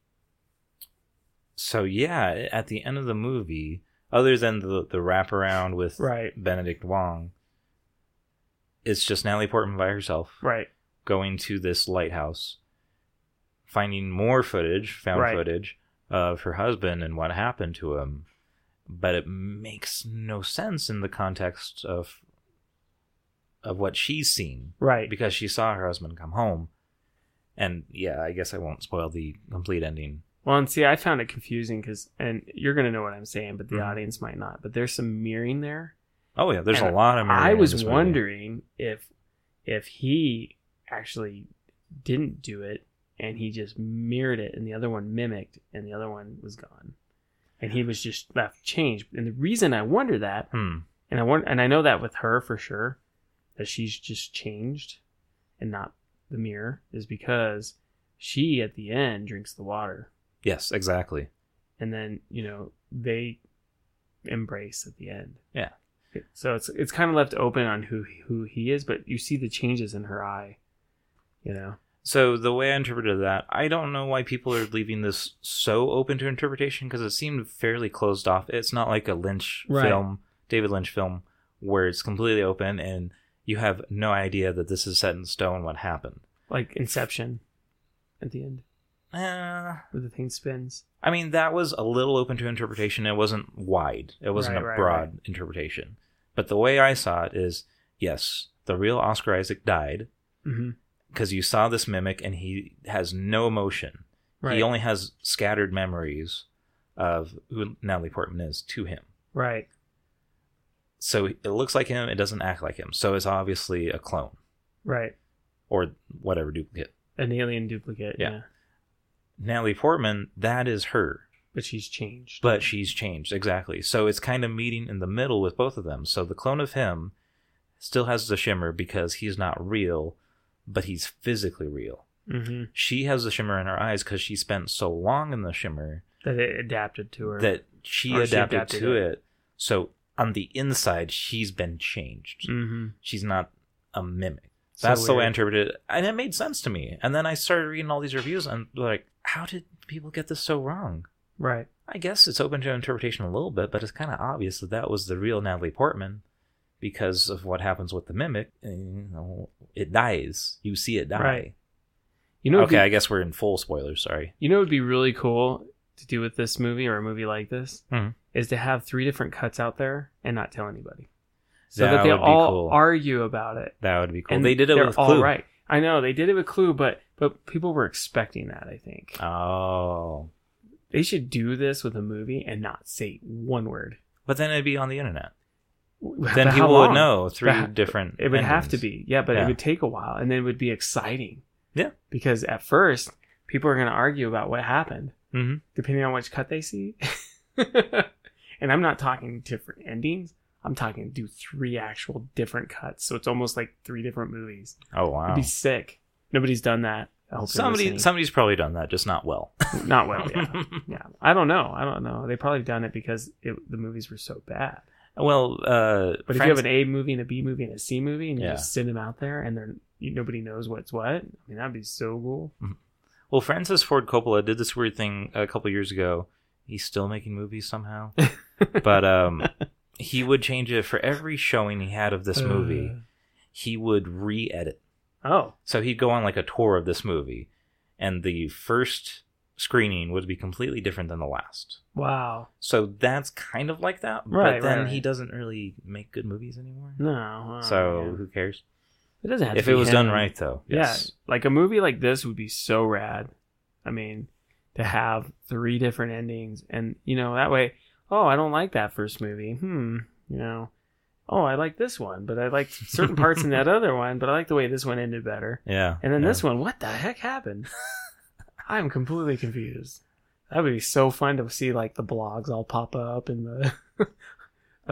B: So yeah, at the end of the movie, other than the the wraparound with
A: Right,
B: Benedict Wong, it's just Natalie Portman by herself.
A: right,
B: going to this lighthouse, finding more footage, found
A: Right.
B: footage of her husband and what happened to him. But it makes no sense in the context of of what she's seen
A: right.
B: because she saw her husband come home. And yeah, I guess I won't spoil the complete ending.
A: Well, and see, I found it confusing because, and you're gonna know what I'm saying, but the
B: Mhm.
A: audience might not. But there's some mirroring there.
B: Oh yeah, there's
A: And
B: a lot of. mirroring
A: I
B: in
A: was
B: this movie.
A: wondering if, if he actually didn't do it and he just mirrored it, and the other one mimicked, and the other one was gone, and he was just left changed. And the reason I wonder that,
B: Hmm.
A: and I want, and I know that with her for sure, that she's just changed, and not the mirror, is because she at the end drinks the water
B: Yes, exactly.
A: and then you know they embrace at the end.
B: Yeah.
A: So it's it's kind of left open on who who he is, but you see the changes in her eye. You know.
B: So the way I interpreted that, I don't know why people are leaving this so open to interpretation because it seemed fairly closed off. It's not like a Lynch
A: Right.
B: film, David Lynch film, where it's completely open and you have no idea that this is set in stone what happened.
A: Like Inception, at the end
B: Eh,
A: where the thing spins.
B: I mean, that was a little open to interpretation. It wasn't wide. It wasn't
A: Right,
B: a
A: right,
B: broad interpretation. But the way I saw it is, yes, the real Oscar Isaac died
A: Mm-hmm.
B: because you saw this mimic and he has no emotion.
A: Right.
B: He only has scattered memories of who Natalie Portman is to him.
A: right.
B: So it looks like him, it doesn't act like him. So it's obviously a clone
A: Right.
B: or whatever duplicate.
A: An alien duplicate. Yeah.
B: Yeah. Natalie Portman, that is her,
A: But she's changed.
B: but she's changed. Exactly. So it's kind of meeting in the middle with both of them. So the clone of him still has the shimmer because he's not real, but he's physically real.
A: hmm
B: She has the shimmer in her eyes because she spent so long in the shimmer
A: That it adapted to her.
B: that she
A: or she
B: adapted,
A: adapted
B: to
A: it.
B: it. So on the inside, she's been changed.
A: hmm
B: She's not a mimic. That's the way I interpreted it, and it made sense to me. And then I started reading all these reviews, and like, how did people get this so wrong?
A: Right.
B: I guess it's open to interpretation a little bit, but it's kind of obvious that that was the real Natalie Portman because of what happens with the mimic. And, you know, it dies. You see it die.
A: Right. You know.
B: okay,
A: Okay.
B: I guess we're in full spoilers. Sorry.
A: you know, it would be really cool to do with this movie or a movie like this
B: Mhm.
A: is to have three different cuts out there and not tell anybody. so
B: that,
A: that, they
B: would
A: all
B: be cool.
A: argue about it.
B: that would be cool. they did it
A: they're
B: with
A: all
B: Clue.
A: right. I know they did it with Clue, but but people were expecting that. I think
B: Uh, Oh,
A: they should do this with a movie and not say one word.
B: But then it'd be on the internet.
A: But
B: then
A: how
B: people would
A: long?
B: know three
A: But
B: different.
A: It would have to
B: endings.
A: be yeah, but it
B: Yeah.
A: would take a while, and then it would be exciting.
B: Yeah.
A: because at first people are going to argue about what happened,
B: Mhm.
A: depending on which cut they see. and I'm not talking different endings. I'm talking do three actual different cuts, so it's almost like three different movies.
B: Oh wow!
A: It'd be sick. Nobody's done that. I hope they're
B: Somebody,
A: listening.
B: somebody's probably done that, just not well.
A: not well. Yeah. yeah, I don't know. I don't know. They probably done it because it, the movies were so bad.
B: well, uh,
A: But if you have an A movie and a B movie and a C movie, and you
B: Yeah.
A: just send them out there, and they're you, nobody knows what's what. I mean, that'd be so cool.
B: well, Francis Ford Coppola did this weird thing a couple years ago. He's still making movies somehow, but um, he would change it for every showing he had of this
A: Uh.
B: movie. He would re-edit.
A: Oh,
B: So he'd go on like a tour of this movie, and the first screening would be completely different than the last.
A: wow.
B: So that's kind of like that,
A: Right, right,
B: but then he
A: right.
B: doesn't really make good movies anymore.
A: No. oh,
B: so
A: yeah.
B: who cares?
A: it doesn't have to
B: If
A: be
B: it was
A: him.
B: done right, though, yes,
A: Yeah, like a movie like this would be so rad. I mean, to have three different endings, and you know that way. Oh, I don't like that first movie. Hmm. You know, oh, I like this one, but I liked certain parts in that other one, but I like the way this one ended better.
B: Yeah.
A: And then
B: yeah.
A: this one, what the heck happened? I'm completely confused. That would be so fun to see like the blogs all pop up and the, the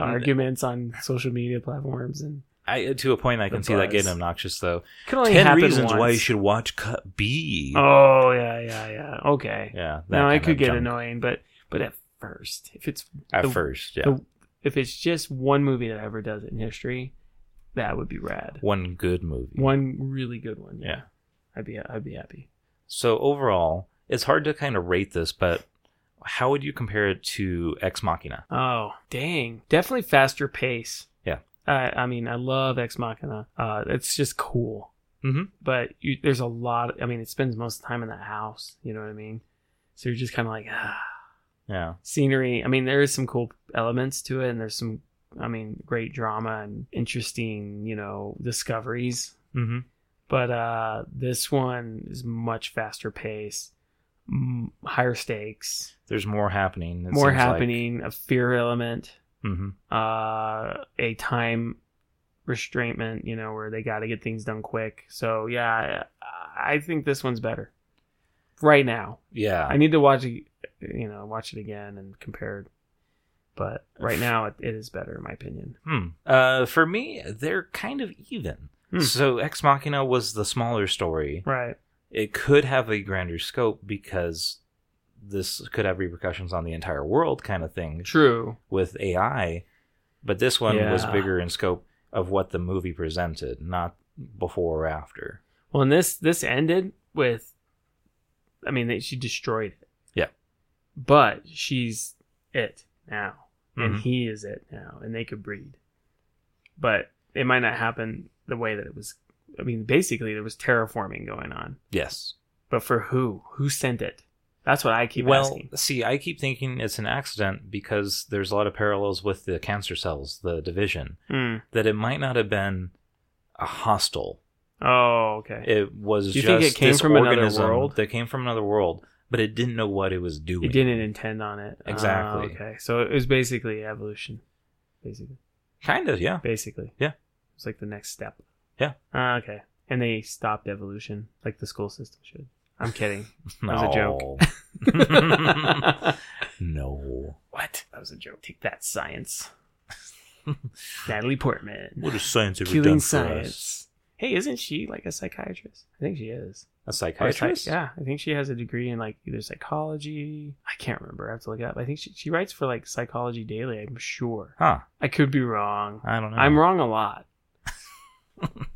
B: Mm.
A: arguments on social media platforms and
B: I, to a point, I can
A: The
B: see that
A: buzz.
B: getting obnoxious though.
A: could only
B: Ten
A: happen
B: reasons why you
A: once.
B: should watch Cut B.
A: Oh yeah, yeah, yeah. Okay.
B: Yeah. that
A: now I
B: kind
A: could
B: of
A: get
B: junk
A: annoying, but but at first, if it's
B: at
A: the-
B: first. Yeah.
A: the- if it's just one movie that ever does it in history, that would be rad.
B: one good movie.
A: One really good one.
B: Yeah.
A: I'd be I'd be happy.
B: So overall, it's hard to kind of rate this, but how would you compare it to Ex Machina?
A: Oh, dang. Definitely faster pace.
B: Yeah.
A: I I mean, I love Ex Machina. Uh, it's just cool.
B: Mhm.
A: But you, there's a lot. I mean, it spends most of the time in the house. You know what I mean? So you're just kind of like, ah,
B: Yeah.
A: scenery. I mean, there is some cool elements to it, and there's some, I mean, great drama and interesting, you know, discoveries.
B: Mm-hmm.
A: But uh, this one is much faster pace, m- higher stakes,
B: There's more happening. it
A: more
B: seems like.
A: happening, a fear element,
B: Mhm.
A: uh, a time restraintment, you know, where they got to get things done quick. So yeah, I, I think this one's better right now.
B: Yeah.
A: I need to watch it, you know, watch it again and compare. But right now, it, it is better in my opinion.
B: Hmm. Uh, for me, they're kind of even.
A: Hmm.
B: So Ex Machina was the smaller story.
A: Right.
B: It could have a grander scope because this could have repercussions on the entire world, kind of thing,
A: True.
B: with AI. But this one was
A: Yeah.
B: bigger in scope of what the movie presented, not before or after.
A: Well, and this this ended with, I mean, that she destroyed it.
B: Yeah.
A: But she's it now, and
B: Mhm.
A: he is it now, and they could breed. But it might not happen the way that it was. I mean, basically, there was terraforming going on.
B: Yes.
A: But for who? Who sent it? That's what I keep
B: well,
A: asking.
B: see, I keep thinking it's an accident because there's a lot of parallels with the cancer cells, the division,
A: Hmm.
B: that it might not have been a hostile
A: Oh, okay.
B: it was
A: Do you
B: just
A: think it came
B: this
A: from another
B: organism
A: world?
B: that came from another world, but it didn't know what it was doing.
A: It didn't intend on it. Ah,
B: Exactly.
A: okay. So it was basically evolution. Basically.
B: Kind of, yeah.
A: Basically.
B: Yeah.
A: It's like the next step.
B: Yeah.
A: Ah, okay. And they stopped evolution like the school system should. I'm kidding. was a
B: joke. no.
A: what? That was a joke. Take that science. Natalie Portman.
B: What has science ever done
A: Killing
B: for us?
A: science. Hey, isn't she like a psychiatrist? I think she is.
B: A
A: Or psych-
B: psychiatrist?
A: yeah, I think she has a degree in like either psychology. I can't remember. I have to look it up. I think she, she writes for like Psychology Daily. I'm sure.
B: Huh.
A: I could be wrong.
B: I don't know.
A: I'm wrong a lot.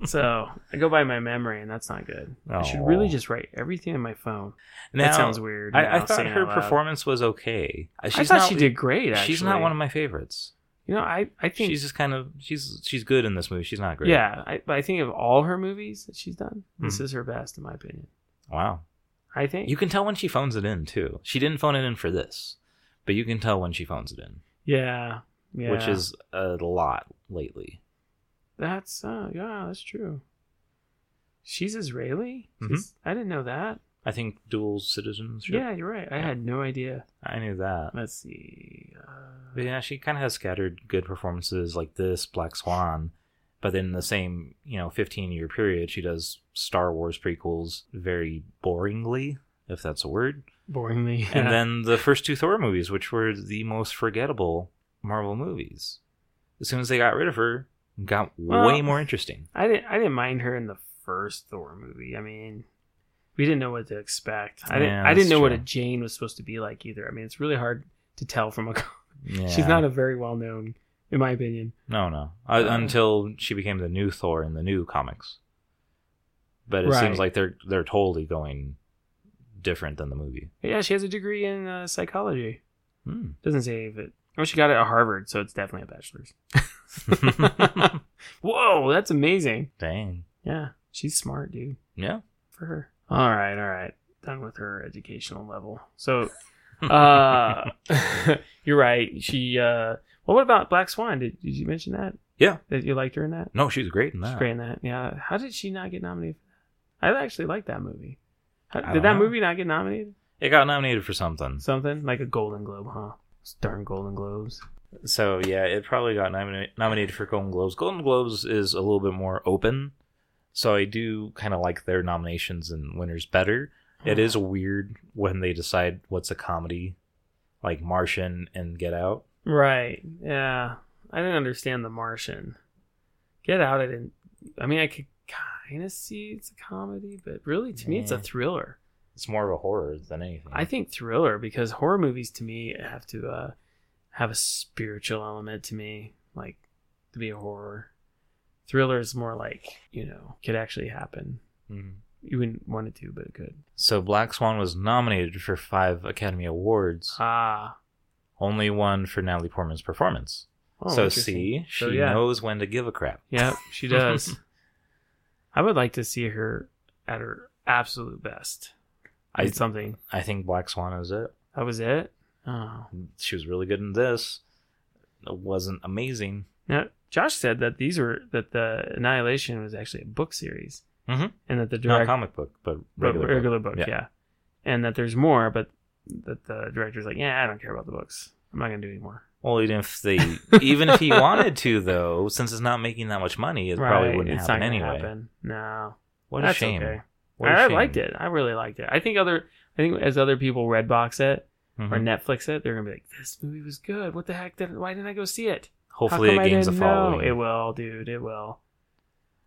A: so I go by my memory, and that's not good. I should really
B: Oh.
A: just write everything in my phone.
B: Now,
A: that sounds weird.
B: I,
A: now,
B: I thought
A: saying
B: her
A: out loud.
B: performance was okay. Uh, She's
A: I thought
B: not,
A: she did great. Actually,
B: She's not one of my favorites.
A: You know, I I think
B: She's just kind of she's she's good in this movie. She's not great.
A: yeah. I, but I think of all her movies that she's done, this is her best in my opinion.
B: Wow.
A: I think
B: You can tell when she phones it in too. She didn't phone it in for this, but you can tell when she phones it in.
A: yeah yeah
B: which is a lot lately.
A: That's uh yeah, that's true. She's Israeli?
B: Mhm.
A: She's- I didn't know that.
B: I think dual citizenship.
A: Yeah, you're right. I
B: Yeah.
A: had no idea.
B: I knew that.
A: Let's see. Uh,
B: But yeah, she kind of has scattered good performances like this, Black Swan, but then in the same you know 15 year period, she does Star Wars prequels very boringly, if that's a word,
A: boringly.
B: and then the first two Thor movies, which were the most forgettable Marvel movies. As soon as they got rid of her, it got way
A: Well-
B: more interesting.
A: I didn't I didn't mind her in the first Thor movie. I mean, we didn't know what to expect. I didn't
B: Yeah,
A: I didn't
B: that's
A: know what a
B: true.
A: Jane was supposed to be like either. I mean, it's really hard to tell from a
B: Yeah.
A: She's not a very well-known in my opinion.
B: No, no. Uh,
A: Uh,
B: Until she became the new Thor in the new comics. But it
A: Right.
B: seems like they're they're totally going different than the movie.
A: But yeah, she has a degree in uh, psychology.
B: Hmm.
A: Doesn't say if it. Oh, she got it at Harvard, so it's definitely a bachelor's. Whoa, that's amazing.
B: Dang.
A: Yeah, she's smart, dude.
B: Yeah.
A: For her. All right, all right. Done with her educational level. So, uh, you're right. She. uh Well, what about Black Swan? Did Did you mention that?
B: Yeah.
A: That you liked her in that.
B: no, she's great in
A: She's
B: that.
A: great in that. Yeah. How did she not get nominated? for that? I actually like that movie. How,
B: I
A: did
B: don't
A: that
B: know.
A: movie not get nominated?
B: It got nominated for something.
A: Something like a Golden Globe, huh? Those darn Golden Globes.
B: So yeah, it probably got nomina- nominated for Golden Globes. Golden Globes is a little bit more open, so I do kind of like their nominations and winners better.
A: Hmm.
B: It is weird when they decide what's a comedy, like Martian and Get Out.
A: Right. Yeah. I didn't understand The Martian. Get Out. I didn't. I mean, I could kind of see it's a comedy, but really, to me, it's a
B: Yeah.
A: thriller.
B: It's more of a horror than anything.
A: I think thriller because horror movies to me have to uh, have a spiritual element to me, like to be a horror. Thriller is more like you know could actually happen.
B: Mhm.
A: You wouldn't want it to, but it could.
B: So Black Swan was nominated for five Academy Awards,
A: Ah.
B: only one for Natalie Portman's performance.
A: Oh,
B: so
A: interesting.
B: see, she
A: So, yeah.
B: knows when to give a crap.
A: Yep, she does. I would like to see her at her absolute best. I
B: I
A: did something.
B: I think Black Swan is it.
A: That was it. Oh.
B: She was really good in this. It wasn't amazing.
A: Now, Josh said that these were that the Annihilation was actually a book series,
B: Mhm.
A: and that the
B: Not
A: director
B: comic book, but
A: regular,
B: regular. book.
A: regular book,
B: Yeah.
A: yeah. and that there's more, but that the director's like, yeah, I don't care about the books. I'm not gonna do any more.
B: Well, even if they, even if he wanted to, though, since it's not making that much money, it probably wouldn't
A: it's
B: happen
A: not
B: anyway.
A: gonna happen. No,
B: What
A: that's
B: a shame.
A: okay.
B: What a
A: I, I
B: shame.
A: liked it. I really liked it. I think other, I think as other people red box it
B: Mhm.
A: or Netflix it, they're gonna be like, this movie was good. What the heck? Did, why didn't I go see it? How
B: Hopefully,
A: come
B: it
A: I
B: gains a
A: didn't know?"
B: following.
A: It will, dude. It will.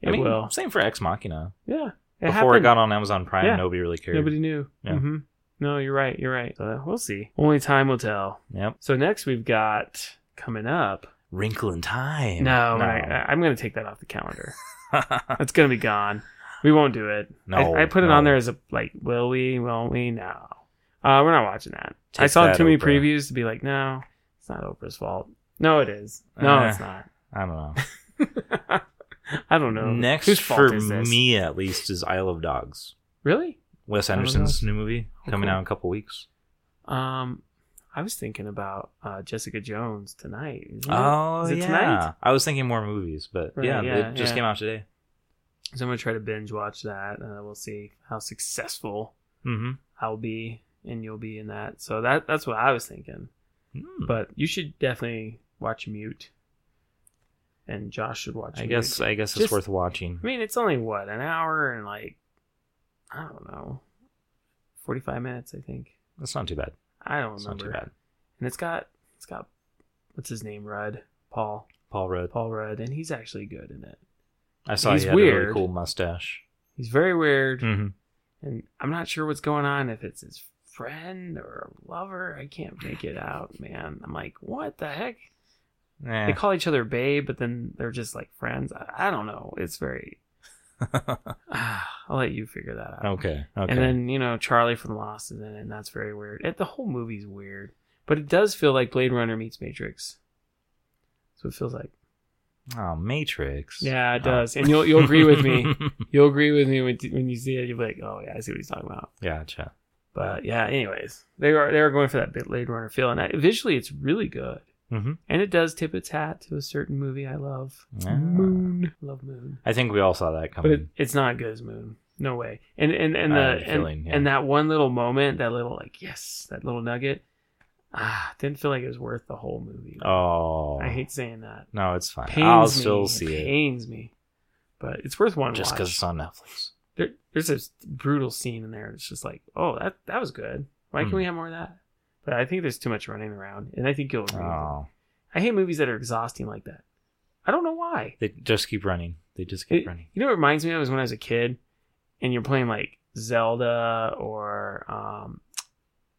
A: It
B: I mean,
A: will.
B: same for Ex Machina.
A: Yeah. It
B: Before
A: happened.
B: it got on Amazon Prime,
A: Yeah.
B: nobody really cared.
A: Nobody knew.
B: Yeah.
A: hmm No, you're right. You're right. Uh, we'll see. Only time will tell.
B: Yep.
A: So next we've got coming up.
B: Wrinkle in Time.
A: No, I, I'm going to take that off the calendar.
B: I,
A: It's going to be gone. We won't do it.
B: no.
A: I, I put it
B: no.
A: on there as a like, will we? Won't we? No, uh, we're not watching that. I
B: Take
A: saw
B: that,
A: too many
B: Oprah.
A: previews to be like, no, it's not Oprah's fault. No, it is. No,
B: Uh,
A: it's not.
B: I don't know.
A: I don't know.
B: Next
A: Whose fault
B: for
A: is this?
B: me, at least, is I Love Dogs.
A: Really?
B: Wes
A: Love
B: Anderson's
A: Dogs.
B: new movie
A: Oh,
B: coming
A: cool.
B: out in a couple weeks.
A: Um, I was thinking about uh, Jessica Jones tonight. isn't it?
B: Oh
A: Is it
B: yeah.
A: tonight?
B: I was thinking more movies, but
A: Right,
B: yeah,
A: yeah,
B: it just
A: yeah.
B: came out today.
A: So I'm gonna try to binge watch that. Uh, we'll see how successful
B: Mm-hmm.
A: I'll be and you'll be in that. So that that's what I was thinking.
B: Hmm.
A: But you should definitely watch Mute, and Josh should watch.
B: I
A: Mute.
B: guess I guess it's
A: Just-
B: worth watching.
A: I mean, it's only what an hour and like I don't know, forty five minutes. I think
B: It's not too bad.
A: I don't
B: It's
A: remember.
B: not too bad.
A: And it's got it's got what's his name? Rudd Paul
B: Paul Rudd.
A: Paul Rudd, and he's actually good in it.
B: I saw
A: He's
B: he had a really
A: weird.
B: cool mustache.
A: He's very weird.
B: Mm-hmm.
A: and I'm not sure what's going on if it's his friend or lover. I can't make it out, man. I'm like, what the heck?
B: Eh.
A: They call each other babe, but then they're just like friends. I, I don't know. It's very. I'll let you figure that out.
B: okay. Okay.
A: And then you know Charlie from Lost is in it, and that's very weird. It, the whole movie's weird, but it does feel like Blade Runner meets Matrix. That's what it feels like.
B: oh, Matrix.
A: Yeah, it
B: Oh.
A: does, and you'll you'll agree with me. You'll agree with me when, when you see it. You'll be like, oh yeah, I see what he's talking about.
B: gotcha.
A: But yeah, anyways, they are they are going for that bit Blade Runner feel, and I, visually it's really good,
B: Mm-hmm.
A: and it does tip its hat to a certain movie I love,
B: Ah.
A: Moon. Love Moon,
B: I think we all saw that
A: but
B: coming.
A: it, it's not good as Moon. No way. And and and the
B: I had a
A: and,
B: feeling, yeah.
A: and that one little moment, that little like yes, that little nugget, ah, didn't feel like it was worth the whole movie.
B: oh.
A: I hate saying that.
B: No, it's fine.
A: Pains
B: I'll
A: me.
B: still
A: It
B: see it
A: pains me, but it's worth one
B: just because
A: watch.
B: it's on Netflix.
A: there, there's this brutal scene in there. It's just like, oh, that that was good. Why
B: Hmm.
A: can't we have more of that? But I think there's too much running around, and I think you'll. agree with me.
B: Oh,
A: I hate movies that are exhausting like that. I don't know why.
B: they just keep running. They just keep
A: It-
B: running.
A: you know, what it reminds me of is when I was a kid, and you're playing like Zelda or um,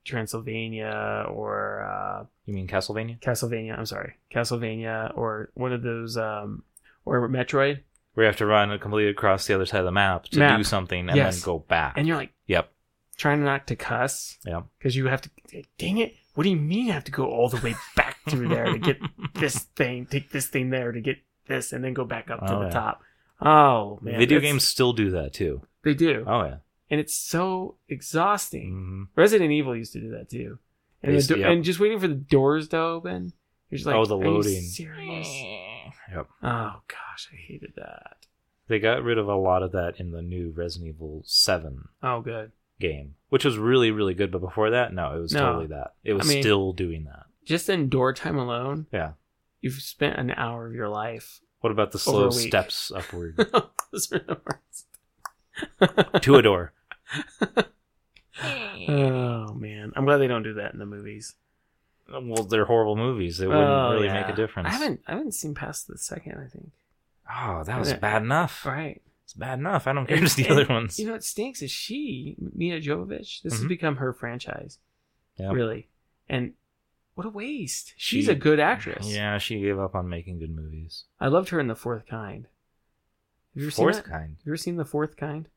A: Transylvania or uh,
B: You mean Castlevania?
A: Castlevania. I'm sorry, Castlevania or one of those um, or Metroid,
B: Where you have to run completely across the other side of the map to
A: Map.
B: do something and
A: Yes.
B: then go back.
A: and you're like
B: yep.
A: trying not to cuss.
B: Yep.
A: because you have to. Dang it! What do you mean I have to go all the way back through there to get this thing? Take this thing there to get this, and then go back up to
B: Oh,
A: the
B: yeah.
A: top. Oh man,
B: Video
A: that's-
B: games still do that too.
A: they do,
B: Oh yeah.
A: and it's so exhausting.
B: hmm
A: Resident Evil used to do that too, and,
B: They
A: the
B: s-
A: do-
B: yep.
A: and just waiting for the doors to open. You're just like,
B: Oh, the
A: Are
B: loading.
A: you serious?
B: Yep.
A: Oh gosh, I hated that.
B: They got rid of a lot of that in the new Resident Evil 7
A: Oh good.
B: game, which was really, really good. But before that, no, it was
A: No.
B: totally that. It was
A: I mean-
B: still doing that.
A: just in door time alone,
B: Yeah.
A: you've spent an hour of your life.
B: What about the
A: Over
B: slow
A: a week.
B: steps upward
A: Those are the worst.
B: to a door?
A: oh man, I'm glad they don't do that in the movies.
B: Well, they're horrible movies. They wouldn't
A: Oh,
B: really
A: yeah.
B: make a difference.
A: I haven't, I haven't seen past the second. I think.
B: Oh, that was
A: Yeah.
B: bad enough.
A: Right.
B: It's bad enough. I don't care. Just the other ones.
A: You know what stinks is she, Mia Jovovich. This has
B: Mhm.
A: become her franchise,
B: Yep.
A: really. And what a waste. She's
B: She-
A: a good actress.
B: Yeah, she gave up on making good movies.
A: I loved her in The Fourth Kind. Have you ever
B: Fourth
A: seen that?
B: kind.
A: Have you ever seen The Fourth Kind?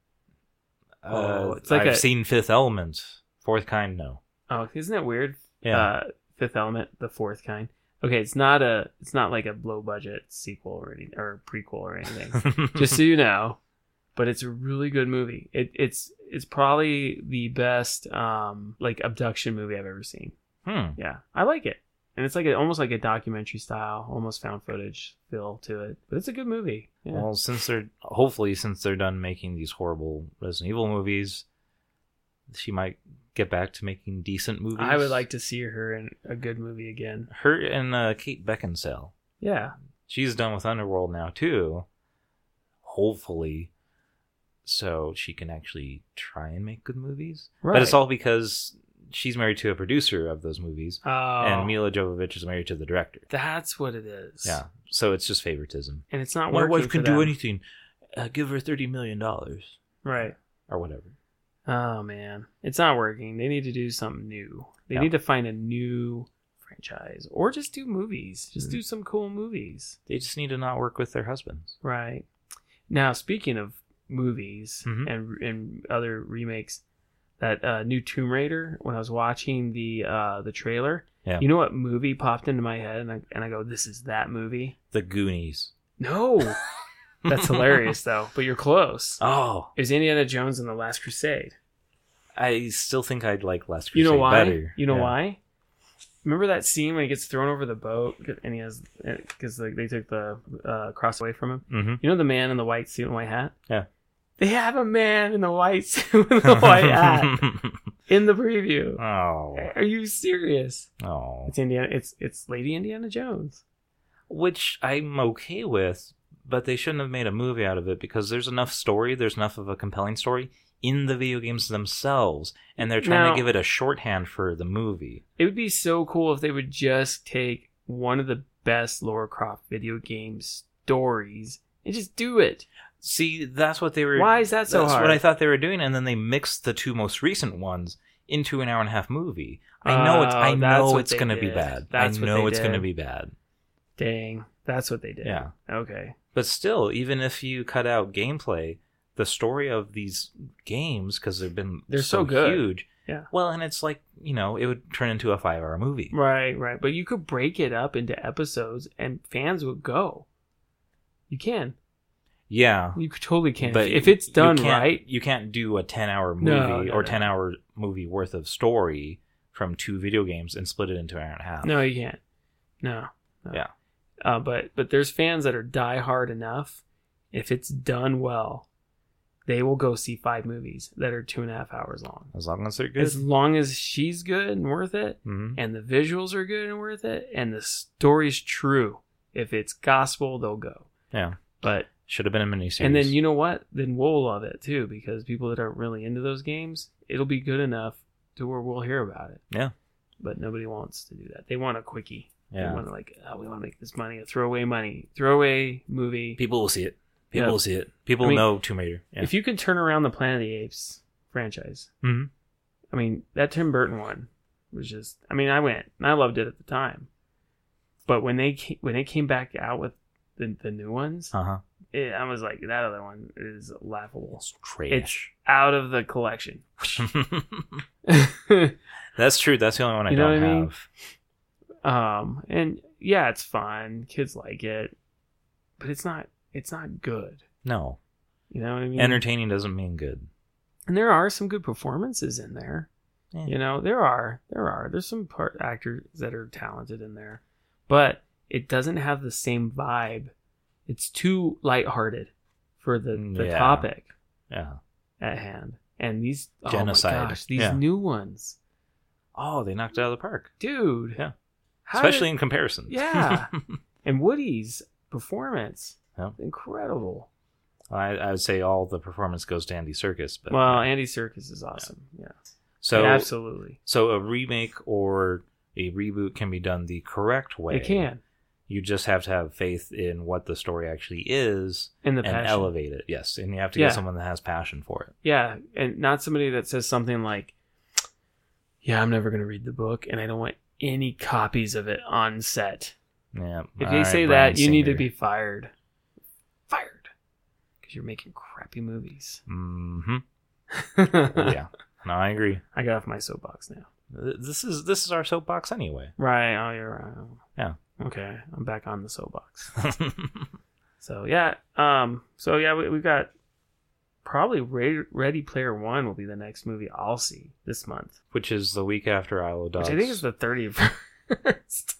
B: Uh,
A: Oh, it's like
B: I've
A: a-
B: seen Fifth Element. Fourth kind, no.
A: Oh, isn't it weird?
B: Yeah.
A: Uh, Fifth Element, The Fourth Kind. Okay, it's not a, it's not like a low budget sequel or any, or prequel or anything. Uh, Just so you know, but it's a really good movie. It, it's it's probably the best um like abduction movie I've ever seen.
B: hmm.
A: Yeah, I like it, and it's like a, almost like a documentary style, almost found footage feel to it. But it's a good movie. Yeah.
B: Well, since they're hopefully since they're done making these horrible Resident Evil movies, she might get back to making decent movies.
A: I would like to see her in a good movie again.
B: her and uh, Kate Beckinsale.
A: Yeah,
B: She's done with Underworld now too. Hopefully, so she can actually try and make good movies.
A: right.
B: But it's all because she's married to a producer of those movies,
A: oh,
B: and Mila Jovovich is married to the director.
A: That's what it is.
B: Yeah, so it's just favoritism.
A: and it's not working. for them.
B: anything. Uh, give her thirty million dollars
A: Right.
B: or whatever.
A: Oh man, it's not working. They need to do something new. They
B: Yeah.
A: need to find a new franchise or just do movies. Just
B: Mhm.
A: do some cool movies.
B: They just need to not work with their husbands.
A: Right. Now, speaking of movies
B: Mhm.
A: and and other remakes, that uh, new Tomb Raider. When I was watching the uh, the trailer,
B: Yeah.
A: you know what movie popped into my head, and I, and I go, "This is that movie."
B: The Goonies.
A: No, that's hilarious though. But you're close.
B: oh,
A: It was Indiana Jones and the Last Crusade.
B: I still think I'd like Last
A: You
B: Crusade
A: know why?
B: better.
A: You know
B: Yeah.
A: why? Remember that scene when he gets thrown over the boat and he has because like they took the uh, cross away from him.
B: Mhm.
A: You know the man in the white suit and white hat?
B: Yeah.
A: They have a man in the white suit and
B: Mm-hmm.
A: the white hat in the preview.
B: oh,
A: Are you serious?
B: oh,
A: It's Indiana it's it's Lady Indiana Jones.
B: which I'm okay with, but they shouldn't have made a movie out of it because there's enough story, there's enough of a compelling story in the video games themselves, and they're trying
A: Now-
B: to give it a shorthand for the movie.
A: It would be so cool if they would just take one of the best Laura Croft video game stories and just do it.
B: See, that's what they were.
A: Why is that so
B: that's
A: hard?
B: what I thought they were doing, and then they mixed the two most recent ones into an hour and a half movie. I know it's.
A: Oh,
B: I
A: that's
B: know
A: what
B: it's
A: they
B: gonna be
A: did.
B: bad.
A: That's
B: I
A: what
B: know
A: they
B: it's gonna
A: did.
B: be bad.
A: Dang. That's what they did.
B: Yeah.
A: Okay.
B: But still, even if you cut out gameplay, the story of these games because they've been
A: They're so good.
B: huge.
A: Yeah.
B: Well, and it's like you know it would turn into a five-hour movie.
A: Right, right. But you could break it up into episodes and fans would go. You can.
B: Yeah.
A: You could- totally can.
B: But
A: if it's
B: you
A: done
B: can't-
A: right,
B: you can't do a ten-hour movie
A: No, no, no.
B: or ten-hour movie worth of story from two video games and split it into an hour and a half.
A: no, you can't. No. no.
B: Yeah.
A: Uh, but but there's fans that are diehard enough. If it's done well, they will go see five movies that are two and a half hours long.
B: As long as they're good.
A: As long as she's good and worth it,
B: Mhm.
A: and the visuals are good and worth it, and the story's true. If it's gospel, they'll go.
B: Yeah.
A: But
B: Should have been a miniseries.
A: And then you know what? Then we'll love it too because people that aren't really into those games, it'll be good enough to where we'll hear about it.
B: Yeah.
A: But nobody wants to do that. They want a quickie. They
B: yeah.
A: want to like, oh, we want to make this money, a throwaway money, throwaway movie.
B: People will see it. People
A: Yeah.
B: will see it. People
A: I mean,
B: know Tomb Raider. Yeah.
A: If you could turn around the Planet of the Apes franchise,
B: Mhm.
A: I mean that Tim Burton one was just. I mean, I went and I loved it at the time, but when they came, when they came back out with the, the new ones,
B: Uh huh.
A: it, I was like, that other one is laughable.
B: It's trash.
A: out of the collection.
B: That's true. That's the only one I
A: You know
B: don't
A: what I mean?
B: have.
A: um, and yeah, it's fun. Kids like it, but it's not. It's not good.
B: No.
A: You know what I mean?
B: Entertaining doesn't mean good.
A: and there are some good performances in there.
B: Yeah.
A: You know, there are, there are, there's some part actors that are talented in there, but it doesn't have the same vibe. It's too lighthearted for the the
B: Yeah.
A: topic
B: Yeah.
A: at hand. And these
B: Genocide.
A: oh my gosh, these
B: Yeah.
A: new ones,
B: Oh, they knocked it out of the park.
A: dude.
B: Yeah.
A: How
B: especially
A: did-
B: in comparison.
A: yeah. and Woody's performance,
B: Yeah.
A: incredible.
B: I, I would say all the performance goes to Andy Circus, but
A: Well, Andy Circus is awesome. Yeah,
B: so
A: absolutely,
B: so a remake or a reboot can be done the correct way.
A: it can.
B: You just have to have faith in what the story actually is
A: And the
B: and
A: passion.
B: elevate it. Yes, and you have to
A: Yeah.
B: get someone that has passion for it.
A: Yeah, and not somebody that says something like, "Yeah, I'm never going to read the book, and I don't want any copies of it on set."
B: Yeah.
A: If
B: all
A: they
B: right,
A: say
B: Bryan
A: that, you need to
B: Singer.
A: be fired, fired, because you're making crappy movies.
B: Mhm.
A: I
B: yeah. No, I agree.
A: got off my soapbox now.
B: Th- This is this is our soapbox anyway.
A: Right? Oh, you're right.
B: Yeah.
A: Okay, I'm back on the soapbox. So yeah, um, so yeah, we, we've got probably Re- Ready Player One will be the next movie I'll see this month,
B: Which is the week after Isle of Dogs.
A: which I think is the thirty first.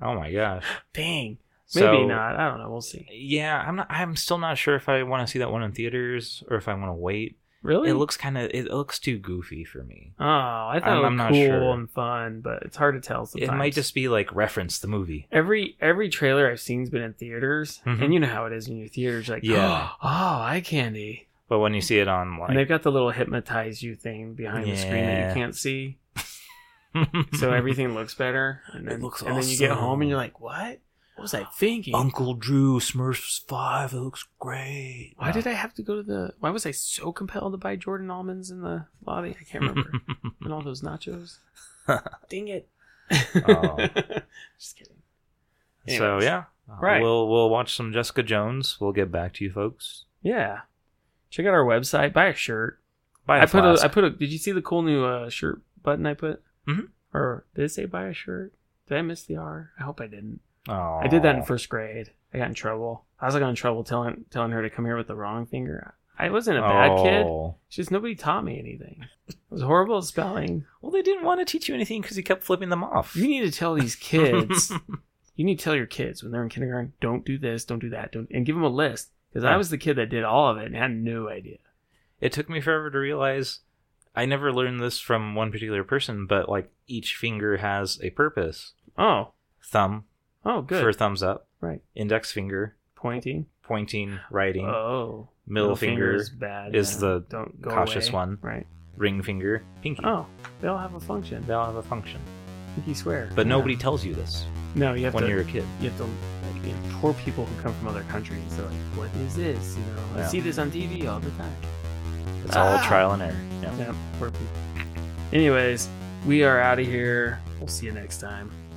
B: oh my gosh.
A: Dang, maybe
B: So-
A: not. I don't know. We'll see.
B: Yeah, I'm not. I'm still not sure if I want to see that one in theaters or if I want to wait.
A: Really?
B: It looks kind of. It looks too goofy for me.
A: Oh, I thought
B: I'm-
A: it
B: I'm
A: was
B: not
A: cool
B: sure.
A: and fun, but it's hard to tell sometimes.
B: It might just be like reference the movie.
A: every every trailer I've seen's been in theaters,
B: Mhm.
A: and you know how it is in your theaters. You're like,
B: Yeah.
A: oh, eye candy,
B: But when you see it on
A: and they've
B: like,
A: got the little hypnotize you thing behind the screen that
B: Yeah.
A: you can't see. so everything looks better. And
B: It
A: then,
B: looks
A: and then you get
B: awesome. Um,
A: home and you're like, what? What was I thinking?
B: Uncle Drew Smurfs Five. It looks great.
A: why did I have to go to the? Why was I so compelled to buy Jordan almonds in the lobby? I can't remember. and all those nachos. Ding it.
B: Oh.
A: Just kidding.
B: So
A: Anyways.
B: yeah,
A: Right.
B: We'll we'll watch some Jessica Jones. We'll get back to you folks.
A: Yeah. Check out our website. Buy a shirt.
B: Bye.
A: I put
B: Flask.
A: a. I put a. Did you see the cool new uh, shirt button I put?
B: Mhm.
A: Or did it say buy a shirt? Did I miss the R? I hope I didn't.
B: Aw.
A: I did that in first grade. I got in trouble. I was like in trouble telling telling her to come here with the wrong finger. I wasn't a bad kid.
B: Oh.
A: It's just nobody taught me anything. It was horrible at spelling.
B: Well, they didn't want to teach you anything because he kept flipping them off.
A: You need to tell these kids. you need to tell your kids when they're in kindergarten, don't do this, don't do that, don't, and give them a list. Because I
B: Right.
A: was the kid that did all of it and had no idea.
B: it took me forever to realize I never learned this from one particular person, but like each finger has a purpose.
A: Oh,
B: Thumb
A: oh, good.
B: for thumbs up,
A: Right.
B: index finger,
A: Pointing.
B: pointing, writing,
A: Oh,
B: middle finger
A: is bad.
B: is the
A: don't
B: cautious one.
A: Right.
B: ring finger, pinky.
A: Oh, they all have a function.
B: They all have a function.
A: Pinky swear.
B: But
A: Yeah.
B: nobody tells you this
A: No, you have
B: when
A: to.
B: you're a kid.
A: you have to like you know, poor people who come from other countries they're like what is this you know i
B: Yeah.
A: see this on tv all the time
B: It's all
A: Ah.
B: trial and error. Yeah.
A: yeah poor people anyways we are out of here we'll see you next time